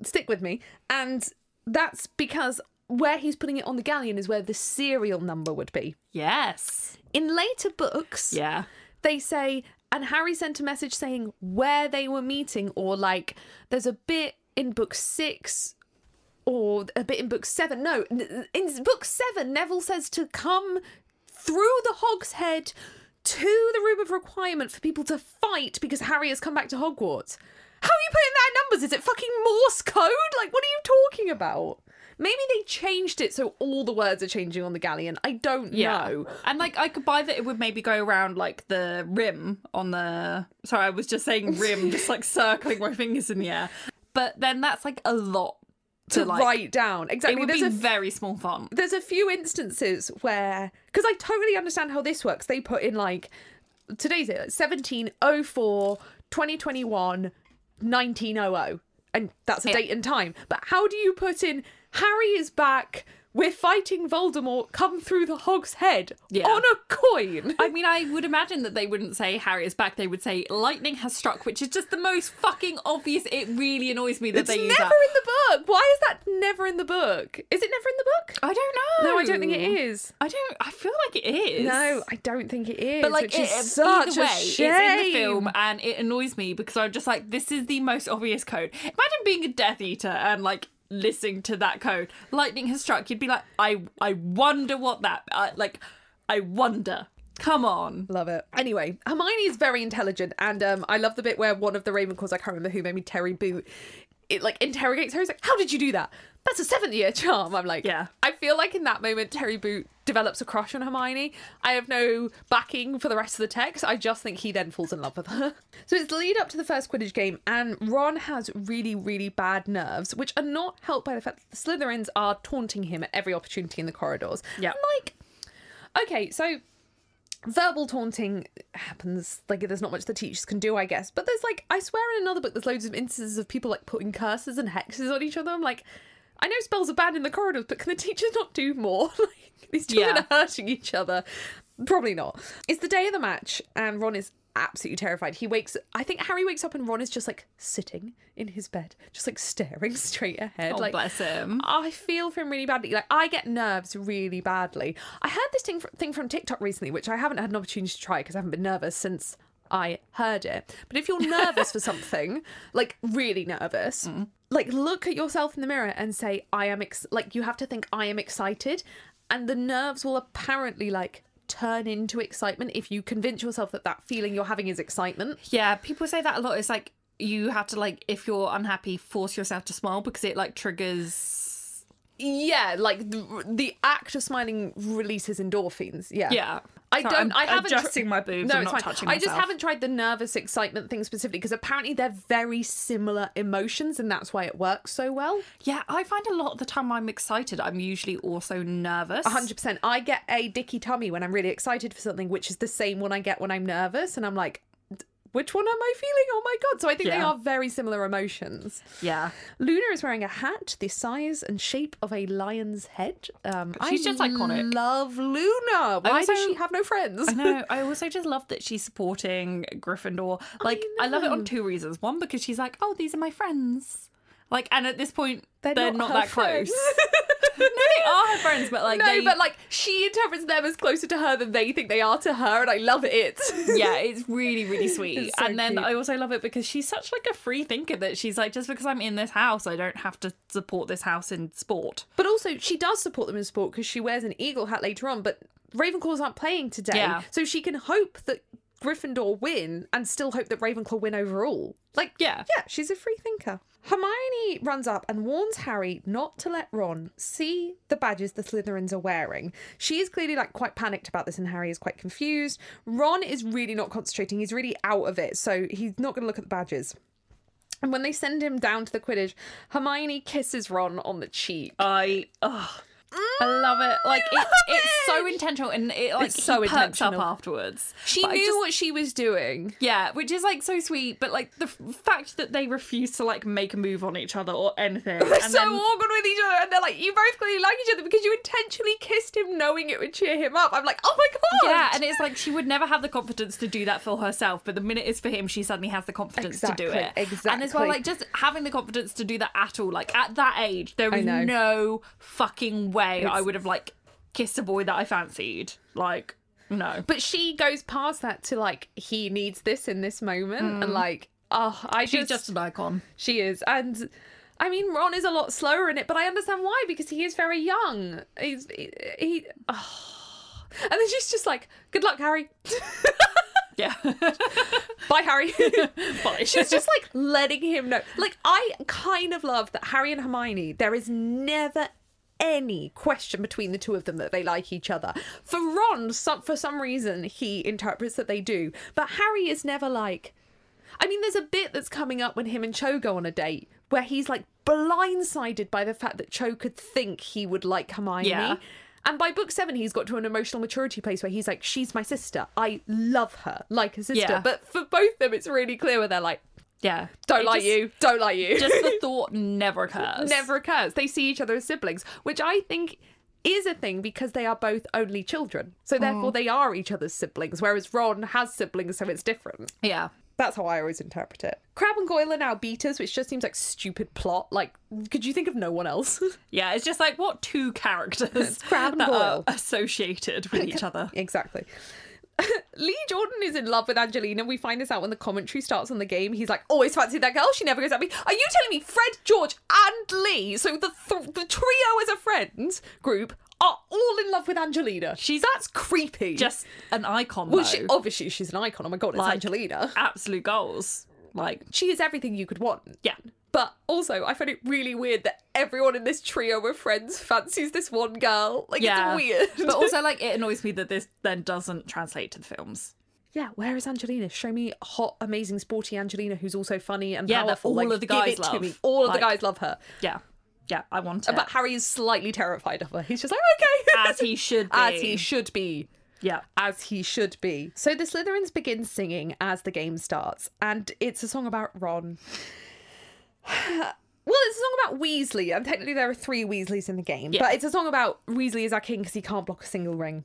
A: stick with me and that's because where he's putting it on the galleon is where the serial number would be
B: Yes.
A: in later books
B: Yeah.
A: they say, and Harry sent a message saying where they were meeting, or like, there's a bit in book six or a bit in book seven. No, n- in book seven, Neville says to come through the Hogshead to the room of requirement for people to fight because Harry has come back to Hogwarts. How are you putting that in numbers? Is it fucking Morse code? Like, what are you talking about? Maybe they changed it so all the words are changing on the galleon. I don't know.
B: And like I could buy that it would maybe go around like the rim on the sorry, I was just saying rim, just like circling my fingers in the air. But then that's like a lot to,
A: To
B: like
A: write down exactly.
B: it would
A: There's
B: be
A: a
B: very small font.
A: there's a few instances where because I totally understand how this works. They put in like today's it oh like 1704 2021 1900 and that's a
B: Yeah.
A: date and time. But how do you put in Harry is back we're fighting Voldemort come through the hog's head
B: Yeah.
A: on a coin.
B: I mean, I would imagine that they wouldn't say Harry is back. They would say lightning has struck, which is just the most fucking obvious. It really annoys me that
A: It's
B: they
A: never e-
B: use
A: in
B: that.
A: the book. Why is that never in the book? Is it never in the book?
B: I don't know.
A: No, I don't think it
B: Oh.
A: is.
B: I don't. I feel like it is.
A: No, I don't think it is.
B: But like,
A: which is
B: it, it-
A: such
B: either way,
A: a shame.
B: it's in the film, and it annoys me because I'm just like, this is the most obvious code. Imagine being a Death Eater and like listening to that code. Lightning has struck. You'd be like, I, I wonder what that. Uh, like, I wonder. Come on.
A: Love it. Anyway, Hermione is very intelligent, and um, I love the bit where one of the Ravenclaws, I can't remember who, maybe Terry Boot, it like interrogates her. He's like, "How did you do that? That's a seventh year charm." I'm like,
B: Yeah.
A: I feel like in that moment, Terry Boot develops a crush on Hermione. I have no backing for the rest of the text. I just think he then falls in love with her. So it's the lead up to the first Quidditch game, and Ron has really, really bad nerves, which are not helped by the fact that the Slytherins are taunting him at every opportunity in the corridors.
B: Yeah.
A: I'm like, okay, so verbal taunting happens like there's not much the teachers can do i guess but there's like i swear in another book there's loads of instances of people like putting curses and hexes on each other i'm like i know spells are banned in the corridors but can the teachers not do more like these children
B: Yeah.
A: are hurting each other probably not it's the day of the match and ron is absolutely terrified he wakes i think harry wakes up and ron is just like sitting in his bed just like staring straight ahead
B: Oh,
A: like
B: bless him.
A: I feel for him really badly. Like I get nerves really badly. I heard this thing fr- thing from TikTok recently, which I haven't had an opportunity to try because I haven't been nervous since I heard it. But if you're nervous for something, like really nervous, like look at yourself in the mirror and say, "I am ex-, like." You have to think, "I am excited," and the nerves will apparently like turn into excitement if you convince yourself that that feeling you're having is excitement.
B: Yeah, people say that a lot. It's like you have to like, if you're unhappy, force yourself to smile because it like triggers.
A: Yeah, like the, the act of smiling releases endorphins. Yeah.
B: Yeah.
A: I
B: Sorry,
A: don't.
B: I'm
A: I haven't tr-
B: adjusting my boobs.
A: No,
B: I'm
A: it's
B: not
A: fine.
B: touching
A: I just
B: myself.
A: haven't tried the nervous excitement thing specifically because apparently they're very similar emotions, and that's why it works so well.
B: Yeah, I find a lot of the time I'm excited. I'm usually also nervous.
A: Hundred percent. I get a dicky tummy when I'm really excited for something, which is the same one I get when I'm nervous, and I'm like, "D- which one am I feeling? Oh my god! So I think they
B: Yeah.
A: are very similar emotions.
B: Yeah.
A: Luna is wearing a hat the size and shape of a lion's head. Um,
B: She's
A: I
B: just iconic.
A: Love Luna. Why
B: also-
A: does she have no friends?
B: No, I also just love that she's supporting Gryffindor. Like, I, love it on two reasons. One, because she's like, oh, these are my friends. Like, and at this point, they're, not,
A: her
B: that
A: friends.
B: close. no, they are her friends, but like,
A: no,
B: they,
A: but like she interprets them as closer to her than they think they are to her, and I love it.
B: yeah, it's really, really sweet.
A: so
B: and then
A: cute.
B: I also love it because she's such like a free thinker that she's like, just because I'm in this house, I don't have to support this house in sport.
A: But also, she does support them in sport because she wears an eagle hat later on. But Ravenclaws aren't playing today,
B: Yeah.
A: so she can hope that Gryffindor win and still hope that Ravenclaw win overall. Like,
B: Yeah.
A: yeah, she's a free thinker. Hermione runs up and warns Harry not to let Ron see the badges the Slytherins are wearing. She is clearly like quite panicked about this, and Harry is quite confused. Ron is really not concentrating; he's really out of it, so he's not going to look at the badges. And when they send him down to the Quidditch, Hermione kisses Ron on the cheek.
B: I oh, I love it. Like it, it's so intentional, and it like
A: Mm. It's
B: he
A: so
B: perks
A: intentional.
B: up afterwards.
A: She
B: But I
A: knew
B: just-
A: what she was doing.
B: yeah, which is like so sweet. But like the f- fact that they refuse to like make a move on each other or anything.
A: They're
B: and
A: so
B: then-
A: awkward with each other, and they're like, "You both clearly like each other because you intentionally kissed him, knowing it would cheer him up." I'm like, "Oh my god!"
B: yeah, and it's like she would never have the confidence to do that for herself, but the minute it's for him, she suddenly has the confidence to do it.
A: Exactly,
B: And as well,
A: exactly.
B: like just having the confidence to do that at all, like at that age, there was
A: know.
B: no fucking way I would have like kissed a boy that I fancied. Like, no.
A: but she goes past that to like, he needs this in this moment, and like, oh, I
B: She's
A: Mm. just,
B: just an icon.
A: she is, and I mean, Ron is a lot slower in it, but I understand why because he is very young. He's he. he oh. And then she's just like, "Good luck, Harry.
B: Yeah.
A: Bye, Harry."
B: Bye.
A: She's just like letting him know. Like, I kind of love that Harry and Hermione, there is never any question between the two of them that they like each other. For Ron, some, for some reason, he interprets that they do. But Harry is never like. I mean, there's a bit that's coming up when him and Cho go on a date where he's like blindsided by the fact that Cho could think he would like Hermione.
B: Yeah.
A: And by book seven, he's got to an emotional maturity place where he's like, she's my sister. I love her like a sister.
B: Yeah.
A: But for both of them, it's really clear where they're like,
B: yeah.
A: don't
B: It
A: like
B: just-
A: you, don't like you.
B: Just the thought never occurs.
A: never occurs. They see each other as siblings, which I think is a thing because they are both only children. So therefore they are each other's siblings, whereas Ron has siblings, so it's different.
B: Yeah.
A: That's how I always interpret it. Crab and Goyle are now beaters, which just seems like stupid plot. Like, could you think of no one else?
B: Yeah, it's just like what two characters
A: Crab and
B: that
A: Goyle.
B: are associated with each other.
A: Exactly. Lee Jordan is in love with Angelina. We find this out when the commentary starts on the game. He's like, always fancied that girl. She never goes at me. Are you telling me Fred, George, and Lee, so the th- the trio as a friends group, are all in love with Angelina?
B: She's-
A: that's creepy.
B: Just an icon
A: well,
B: though.
A: she, obviously she's an icon. Oh my god, it's
B: Like-
A: Angelina.
B: Absolute goals. Like
A: She is everything you could want.
B: yeah.
A: But also, I find it really weird that everyone in this trio of friends fancies this one girl. Like,
B: Yeah.
A: it's weird.
B: But also like it annoys me that this then doesn't translate to the films.
A: yeah, where is Angelina? Show me hot, amazing, sporty Angelina who's also funny and
B: Yeah, that
A: powerful.
B: all
A: like,
B: of the
A: give
B: guys
A: it to
B: love.
A: me. All of
B: Like-
A: the guys love her.
B: Yeah. Yeah, I want it.
A: But Harry is slightly terrified of her. He's just like, okay.
B: as he should be.
A: As he should be.
B: Yeah.
A: As he should be. So the Slytherins begin singing as the game starts, and it's a song about Ron. Well, it's a song about Weasley, and technically there are three Weasleys in the game,
B: Yeah.
A: but it's a song about Weasley is our king because he can't block a single ring.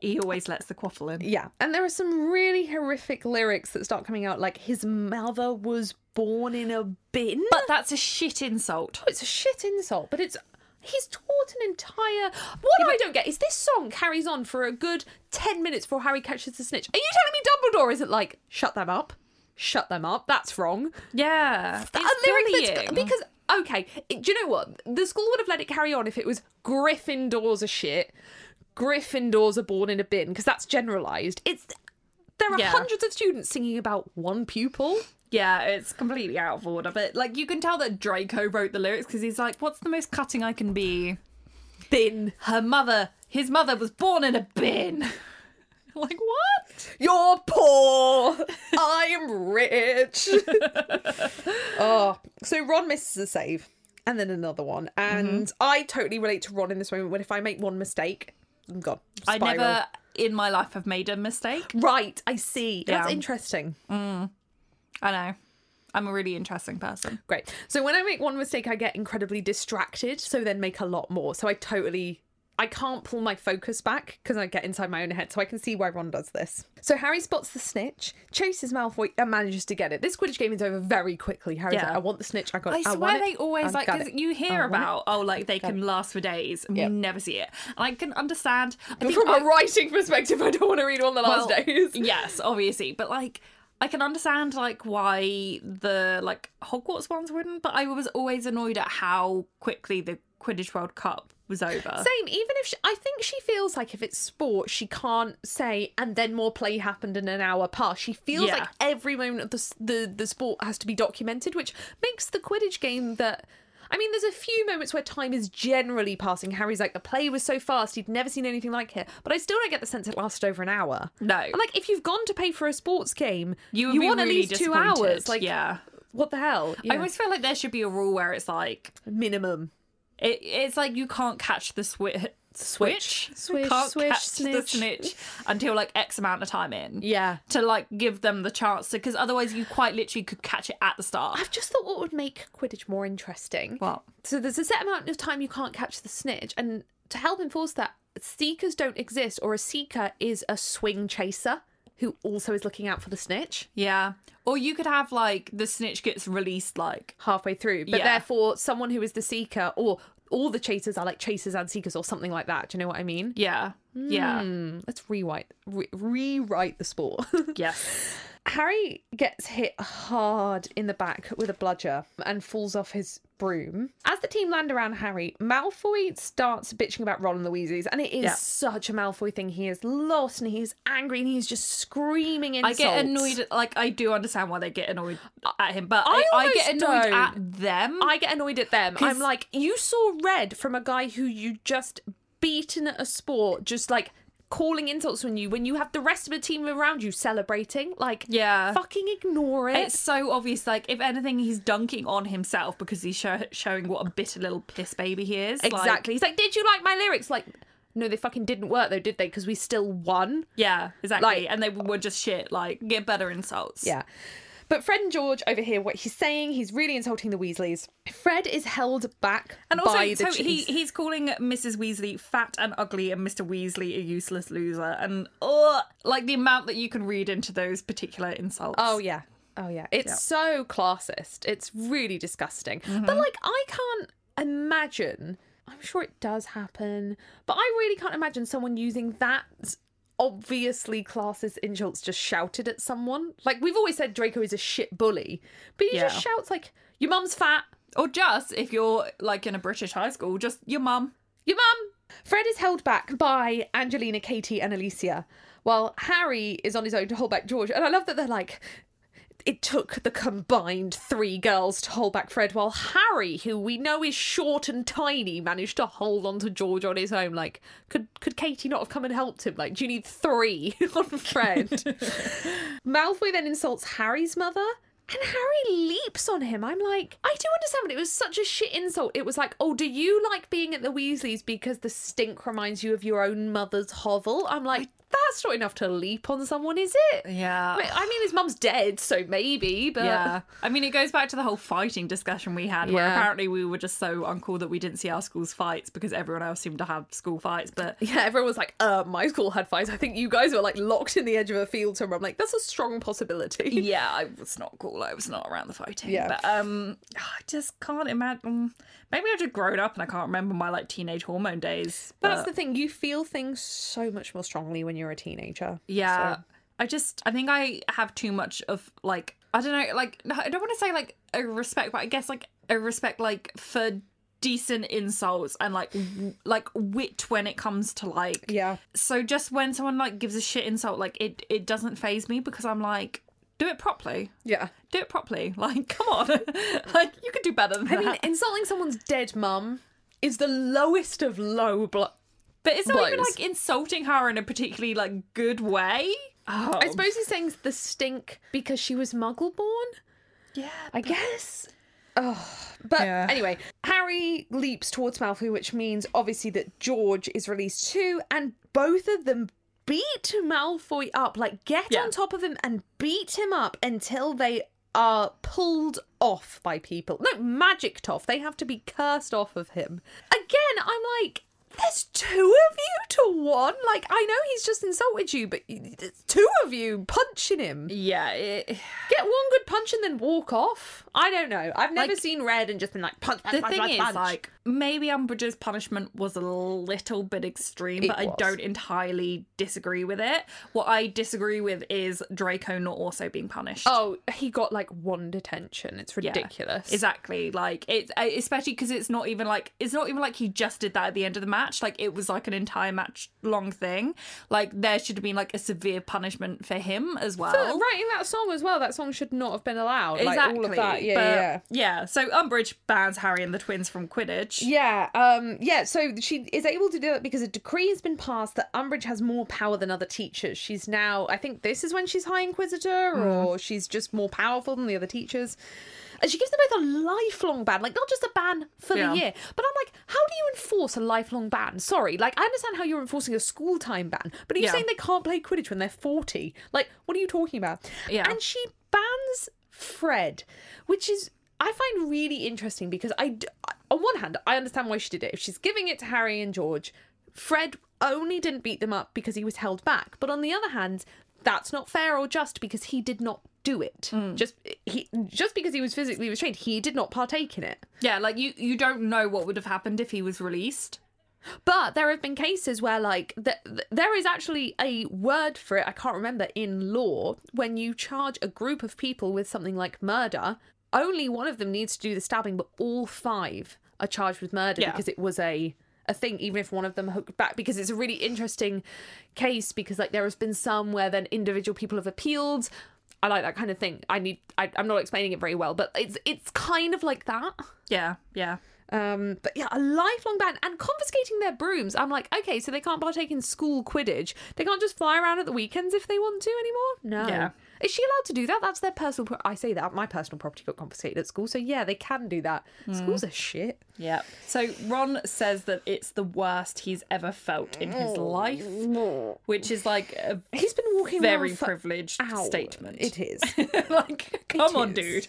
B: He always lets the quaffle in.
A: Yeah, and there are some really horrific lyrics that start coming out, like his mother was born in a bin.
B: But that's a shit insult.
A: it's a shit insult, but it's he's taught an entire. What I don't get is this song carries on for a good ten minutes before Harry catches the snitch. Are you telling me Dumbledore isn't like shut them up, shut them up? That's wrong.
B: Yeah.
A: That-
B: it's
A: a lyric that's-
B: bullying.
A: because okay, it- do you know what the school would have let it carry on if it was Gryffindors are shit, Gryffindors are born in a bin because that's generalised. It's there are
B: Yeah.
A: hundreds of students singing about one pupil.
B: Yeah, it's completely out of order. But like you can tell that Draco wrote the lyrics because he's like, What's the most cutting I can be?
A: Bin,
B: Her mother his mother was born in a bin. like what?
A: you're poor. I am rich. oh, so Ron misses a save. And then another one, and
B: Mm-hmm.
A: I totally relate to Ron in this moment. When if I make one mistake, I'm gone.
B: I
A: Spiral.
B: never in my life have made a mistake.
A: Right, I see. That's
B: Yeah.
A: interesting.
B: I know. I'm a really interesting person.
A: Great. So when I make one mistake, I get incredibly distracted, so then make a lot more. So I totally. I can't pull my focus back because I get inside my own head, so I can see why Ron does this. So Harry spots the snitch, chases Malfoy, and manages to get it. This Quidditch game is over very quickly. Harry's
B: Yeah.
A: like, "I want the snitch. I got.
B: I
A: it. I
B: swear
A: want
B: they
A: it.
B: always
A: I've
B: like
A: got
B: because
A: it."
B: you hear
A: want it.
B: about oh like they can last for days and
A: Yep.
B: we never see it. And I can understand. I think
A: From
B: I-
A: a writing perspective, I don't want to read all the last
B: Well,
A: days.
B: yes, obviously, but like I can understand like why the like Hogwarts ones wouldn't, but I was always annoyed at how quickly the Quidditch World Cup was over.
A: Same. Even if she, I think she feels like if it's sport, she can't say and then more play happened in an hour passed. She feels
B: Yeah.
A: like every moment of the, s- the the sport has to be documented, which makes the Quidditch game that. I mean, there's a few moments where time is generally passing. Harry's like, the play was so fast, he'd never seen anything like it. But I still don't get the sense it lasted over an hour.
B: No.
A: I'm like, if you've gone to pay for a sports game,
B: you
A: you,
B: would be
A: want
B: really
A: at least two
B: disappointed.
A: hours. Like,
B: yeah.
A: what the hell?
B: I
A: Yeah.
B: always feel like there should be a rule where it's like
A: minimum.
B: it, it's like you can't catch the swi- switch,
A: Swish,
B: can't
A: swish,
B: catch the
A: snitch.
B: snitch until like X amount of time in.
A: Yeah.
B: to like give them the chance because otherwise you quite literally could catch it at the start.
A: I've just thought what would make Quidditch more interesting.
B: What?
A: So there's a set amount of time you can't catch the snitch, and to help enforce that, seekers don't exist, or a seeker is a swing chaser who also is looking out for the snitch
B: Yeah, or you could have like the snitch gets released like
A: halfway through. But
B: Yeah.
A: therefore, someone who is the seeker, or all the chasers are like chasers and seekers, or something like that. Do you know what I mean?
B: yeah yeah
A: Hmm. Let's rewrite, re- rewrite the sport.
B: yes
A: Harry gets hit hard in the back with a bludger and falls off his broom. As the team land around Harry, Malfoy starts bitching about Ron and the Weasleys, and it is
B: Yeah.
A: such a Malfoy thing. He is lost and he is angry and he's just screaming
B: I
A: insults.
B: get annoyed. At, like I do understand why they get annoyed at him, but
A: I
B: I, I get
A: almost
B: annoyed
A: don't.
B: at them.
A: I get annoyed at them.
B: 'Cause-
A: I'm like, you saw red from a guy who you just beaten at a sport, just like calling insults on you when you have the rest of the team around you celebrating. Like,
B: Yeah.
A: fucking ignore it.
B: It's so obvious. Like, if anything, he's dunking on himself because he's show- showing what a bitter little piss baby he is. Like,
A: exactly. He's like, did you like my lyrics? Like, no, they fucking didn't work though, did they? Because we still won.
B: yeah, exactly.
A: Like-
B: and they were just shit. Like, get better insults.
A: Yeah. But Fred and George overhear what he's saying. He's really insulting the Weasleys. Fred is held back
B: And also,
A: by the
B: so he,
A: cheese.
B: he's calling Mrs. Weasley fat and ugly and Mr. Weasley a useless loser. And, oh, like the amount that you can read into those particular insults.
A: Oh yeah. Oh yeah. It's so classist. It's really disgusting. But like I can't imagine I'm sure it does happen, but I really can't imagine someone using that obviously classist insults just shouted at someone. Like we've always said Draco is a shit bully, but he just
B: Yeah.
A: shouts like your mum's fat,
B: Or just, if you're like in a British high school, just your mum.
A: your mum. Fred is held back by Angelina, Katie, and Alicia, while Harry is on his own to hold back George. And I love that they're like, it took the combined three girls to hold back Fred, while Harry, who we know is short and tiny, managed to hold on to George on his own. Like, could could Katie not have come and helped him? Like, do you need three on Fred? Malfoy then insults Harry's mother. And Harry leaps on him. I'm like, I do understand, but it was such a shit insult. It was like, oh, do you like being at the Weasleys because the stink reminds you of your own mother's hovel? I'm like, that's not enough to leap on someone, is it?
B: Yeah.
A: I mean- I mean, his mum's dead, so maybe, but
B: Yeah. I mean, it goes back to the whole fighting discussion we had, where
A: Yeah.
B: apparently we were just so uncool that we didn't see our school's fights because everyone else seemed to have school fights. But
A: yeah, everyone was like, uh, my school had fights. I think you guys were like locked in the edge of a field somewhere. I'm like, that's a strong possibility.
B: yeah, I was not cool. I was not around the fighting.
A: Yeah.
B: But um, I just can't imagine. Maybe I've just grown up and I can't remember my like teenage hormone days. But
A: That's the thing, you feel things so much more strongly when you're a teenager.
B: yeah,
A: So-
B: I just I think I have too much of like I don't know like I don't want to say like a respect, but I guess like a respect like for decent insults and like w- like wit when it comes to like
A: Yeah.
B: so just when someone like gives a shit insult like it it doesn't phase me because i'm like do it properly
A: Yeah.
B: do it properly like come on like you could do better than
A: I
B: that
A: mean, insulting someone's dead mum is the lowest of low blood.
B: but it's not even
A: blows.
B: like insulting her in a particularly like good way oh
A: I suppose he's saying the stink because she was muggle born.
B: yeah
A: I guess. Oh, but
B: Yeah.
A: anyway, Harry leaps towards Malfoy, which means obviously that George is released too, and both of them beat Malfoy up. Like, get
B: Yeah.
A: on top of him and beat him up until they are pulled off by people. No, magicked off. They have to be cursed off of him. Again, I'm like, there's two of you to one. Like, I know he's just insulted you, but y- there's two of you punching him.
B: yeah it,
A: Get one good punch and then walk off. I don't know. I've never seen red and just been like punch. punch,
B: the
A: punch,
B: thing
A: punch,
B: is
A: punch.
B: like maybe umbridge's punishment was a little bit extreme but i
A: was.
B: don't entirely disagree with it what i disagree with is draco not also being punished
A: oh, he got like one detention. It's
B: Yeah.
A: ridiculous.
B: Exactly. Like it's I- especially because it's not even like it's not even like he just did that at the end of the match. Like it was like an entire match long thing. Like there should have been like a severe punishment for him as well.
A: But writing that song as well. That song should not have been allowed. Like all of that. Yeah, yeah, yeah.
B: but, yeah. So Umbridge bans Harry and the twins from Quidditch.
A: Yeah, um, yeah. So she is able to do that because a decree has been passed that Umbridge has more power than other teachers. She's now, I think, this is when she's High Inquisitor,
B: Mm.
A: or she's just more powerful than the other teachers. And she gives them both a lifelong ban, like not just a ban for
B: Yeah.
A: the year. But I'm like, how do you enforce a lifelong ban? Sorry, like I understand how you're enforcing a school time ban, but are you
B: Yeah.
A: saying they can't play Quidditch when they're 40? Like, what are you talking about?
B: Yeah.
A: And she bans Fred, which is I find really interesting because I, d- on one hand, I understand why she did it. If she's giving it to Harry and George, Fred only didn't beat them up because he was held back. But on the other hand, that's not fair or just because he did not do it.
B: Mm.
A: Just he, just because he was physically restrained, he did not partake in it.
B: Yeah, like you you don't know what would have happened if he was released.
A: But there have been cases where, like, th- th- there is actually a word for it. I can't remember in law when you charge a group of people with something like murder. Only one of them needs to do the stabbing, but all five are charged with murder
B: Yeah.
A: because it was a a thing. Even if one of them hooked back, because it's a really interesting case. Because like there has been some where then individual people have appealed. I like that kind of thing. I need. I, I'm not explaining it very well, but it's it's kind of like that.
B: Yeah, yeah.
A: Um, but yeah, a lifelong ban and confiscating their brooms. I'm like, okay, so they can't partake in school Quidditch. They can't just fly around at the weekends if they want to anymore. No.
B: Yeah.
A: Is she allowed to do that? That's their personal. Pro- I say that my personal property got confiscated at school, so yeah, they can do that.
B: Hmm.
A: Schools are shit.
B: Yeah. So Ron says that it's the worst he's ever felt in his
A: Oh.
B: life, which is like a
A: He's been walking
B: very
A: around for
B: privileged
A: hours.
B: statement.
A: It is
B: like, come on,
A: is.
B: dude.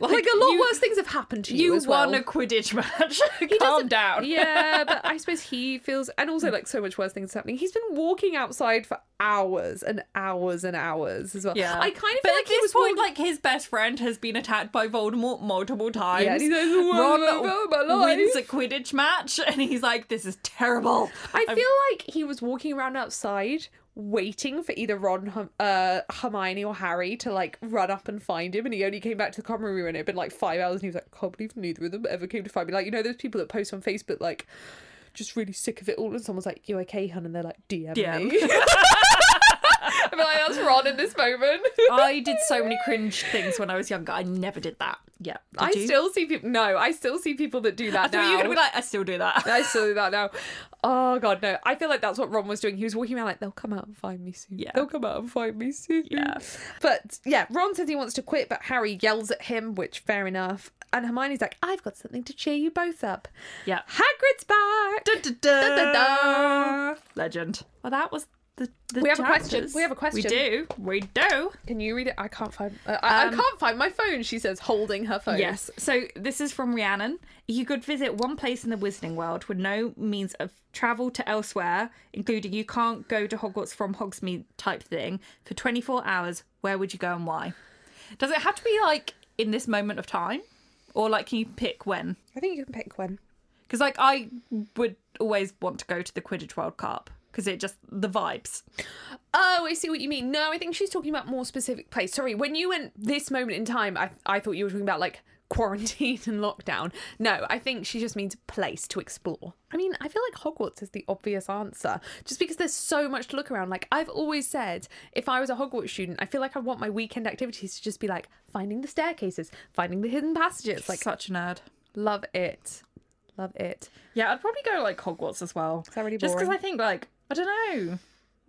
A: like a lot
B: you-
A: worse things have happened to you.
B: You
A: as
B: won
A: well.
B: a Quidditch match. Calm down.
A: yeah, but I suppose he feels, and also like so much worse things happening. He's been walking outside for hours and hours and hours as well.
B: Yeah.
A: I kind of feel
B: but at
A: like he
B: this
A: was walking.
B: point, like his best friend has been attacked by Voldemort multiple times.
A: Yeah, and he's like, "This is the worst I've ever felt in my life."
B: wins a Quidditch match, and he's like, "This is terrible."
A: I feel like he was walking around outside waiting for either Ron, Herm- uh, Hermione, or Harry to like run up and find him, and he only came back to the common room and it had been like five hours, and he was like, I can't believe neither of them ever came to find me. Like you know those people that post on Facebook like. Just really sick of it all, and someone's like, "You okay, hun?" And they're like, "DM,
B: DM.
A: me." I'm like, "That's Ron in this moment."
B: I did so many cringe things when I was younger. I never did that. Yeah, did
A: I
B: you?
A: still see people. No, I still see people that do that
B: I thought
A: now.
B: you were gonna be like, "I still do that."
A: I still do that now. Oh god, no! I feel like that's what Ron was doing. He was walking around like, "They'll come out and find me soon.
B: Yeah.
A: They'll come out and find me soon."
B: Yeah.
A: But yeah, Ron says he wants to quit, but Harry yells at him, which fair enough. And Hermione's like, "I've got something to cheer you both up.
B: yeah.
A: Hagrid's back."
B: Da, da,
A: da.
B: Legend. Well, that was the. the
A: We have a question.
B: chapters.
A: We have a question.
B: We do. We do.
A: Can you read it? I can't find. Uh, I, I can't find my phone. She says, holding her phone.
B: Yes. So this is from Rhiannon. You could visit one place in the Wizarding World with no means of travel to elsewhere, including you can't go to Hogwarts from Hogsmeade type thing for 24 hours. Where would you go and why? Does it have to be like in this moment of time, or like can you pick when?
A: I think you can pick one.
B: Because like I would always want to go to the Quidditch World Cup because it just the vibes.
A: Oh, I see what you mean. No, I think she's talking about more specific place. Sorry, when you went this moment in time, I I thought you were talking about like quarantine and lockdown. No, I think she just means place to explore. I mean, I feel like Hogwarts is the obvious answer just because there's so much to look around. Like I've always said, if I was a Hogwarts student, I feel like I want my weekend activities to just be like finding the staircases, finding the hidden passages. Like
B: such a nerd.
A: love it. Love it.
B: Yeah, I'd probably go like Hogwarts as well.
A: that really
B: Just because
A: boring?
B: I think like I don't know.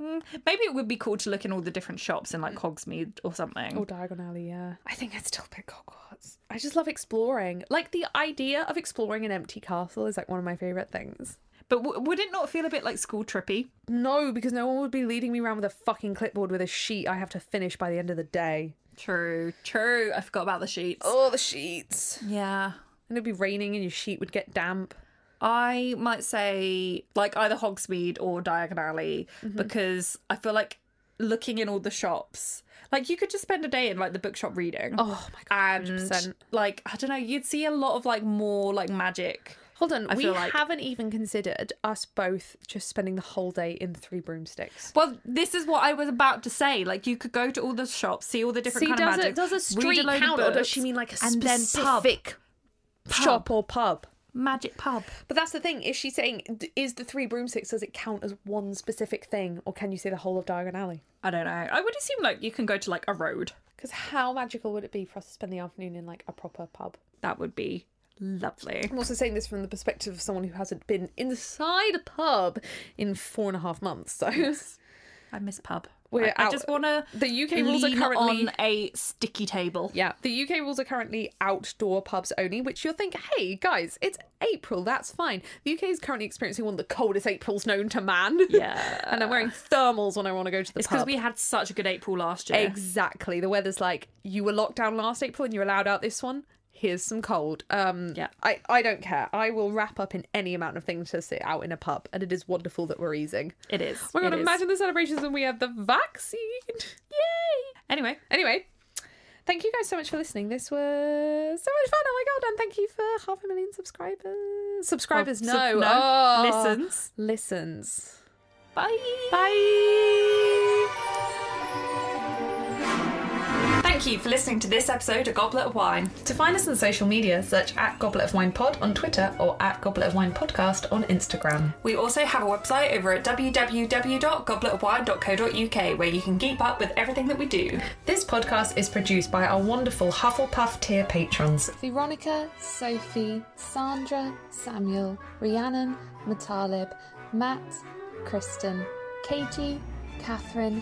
B: Mm, Maybe it would be cool to look in all the different shops in like Hogsmeade or something.
A: Or Diagon Alley, yeah. I think I'd still pick Hogwarts. I just love exploring. Like the idea of exploring an empty castle is like one of my favorite things.
B: But w- would it not feel a bit like school trippy?
A: No, because no one would be leading me around with a fucking clipboard with a sheet I have to finish by the end of the day.
B: True, true. I forgot about the sheets.
A: Oh, the sheets.
B: Yeah.
A: And it'd be raining and your sheet would get damp.
B: I might say like either Hogsmeade or Diagon Alley because I feel like looking in all the shops. Like you could just spend a day in like the bookshop reading.
A: Oh my god.
B: and
A: 100%.
B: like I don't know, you'd see a lot of like more like magic.
A: Hold on, we
B: feel like-
A: haven't even considered us both just spending the whole day in three broomsticks.
B: Well, this is what I was about to say. Like you could go to all the shops, see all the different
A: See,
B: kind
A: does
B: of
A: it
B: magic.
A: does a
B: read
A: street
B: load of
A: count or does
B: books,
A: she mean like a
B: and then pub.
A: specific shop or pub?
B: magic pub?
A: But that's the thing. Is she saying d- is the three broomsticks? Does it count as one specific thing, or can you say the whole of Diagon Alley?
B: I don't know. I would assume like you can go to like a road.
A: Because how magical would it be for us to spend the afternoon in like a proper pub?
B: That would be lovely.
A: I'm also saying this from the perspective of someone who hasn't been inside a pub in four and a half months. So
B: I miss pub.
A: We're
B: I, I
A: out-
B: just want to.
A: the UK rules are currently
B: on a sticky table.
A: yeah. The UK rules are currently outdoor pubs only, which you'll think, hey guys, it's April, that's fine. The UK is currently experiencing one of the coldest Aprils known to man.
B: Yeah.
A: and I'm wearing thermals when I want to go to the
B: It's
A: pub.
B: because we had such a good April last year.
A: Exactly. The weather's like you were locked down last April and you're allowed out this one. Here's some cold. Um
B: Yeah.
A: I, I don't care. I will wrap up in any amount of things to sit out in a pub and it is wonderful that we're easing.
B: It is.
A: We're gonna
B: it is.
A: imagine the celebrations when we have the vaccine.
B: Anyway,
A: Anyway, Thank you guys so much for listening. This was so much fun. Oh my god! And thank you for half a million subscribers. Subscribers,
B: Sub-
A: no,
B: no.
A: Oh.
B: Listens.
A: listens.
B: Bye.
A: Bye.
C: Thank you for listening to this episode of Goblet of Wine.
A: To find us on social media, search at Goblet of Wine Pod on Twitter or at Goblet of Wine Podcast on Instagram.
C: We also have a website over at www.gobletofwine.co.uk where you can keep up with everything that we do.
A: This podcast is produced by our wonderful Hufflepuff tier patrons Veronica, Sophie, Sandra, Samuel, Rhiannon, Matalib, Matt, Kristen, Katie, Catherine,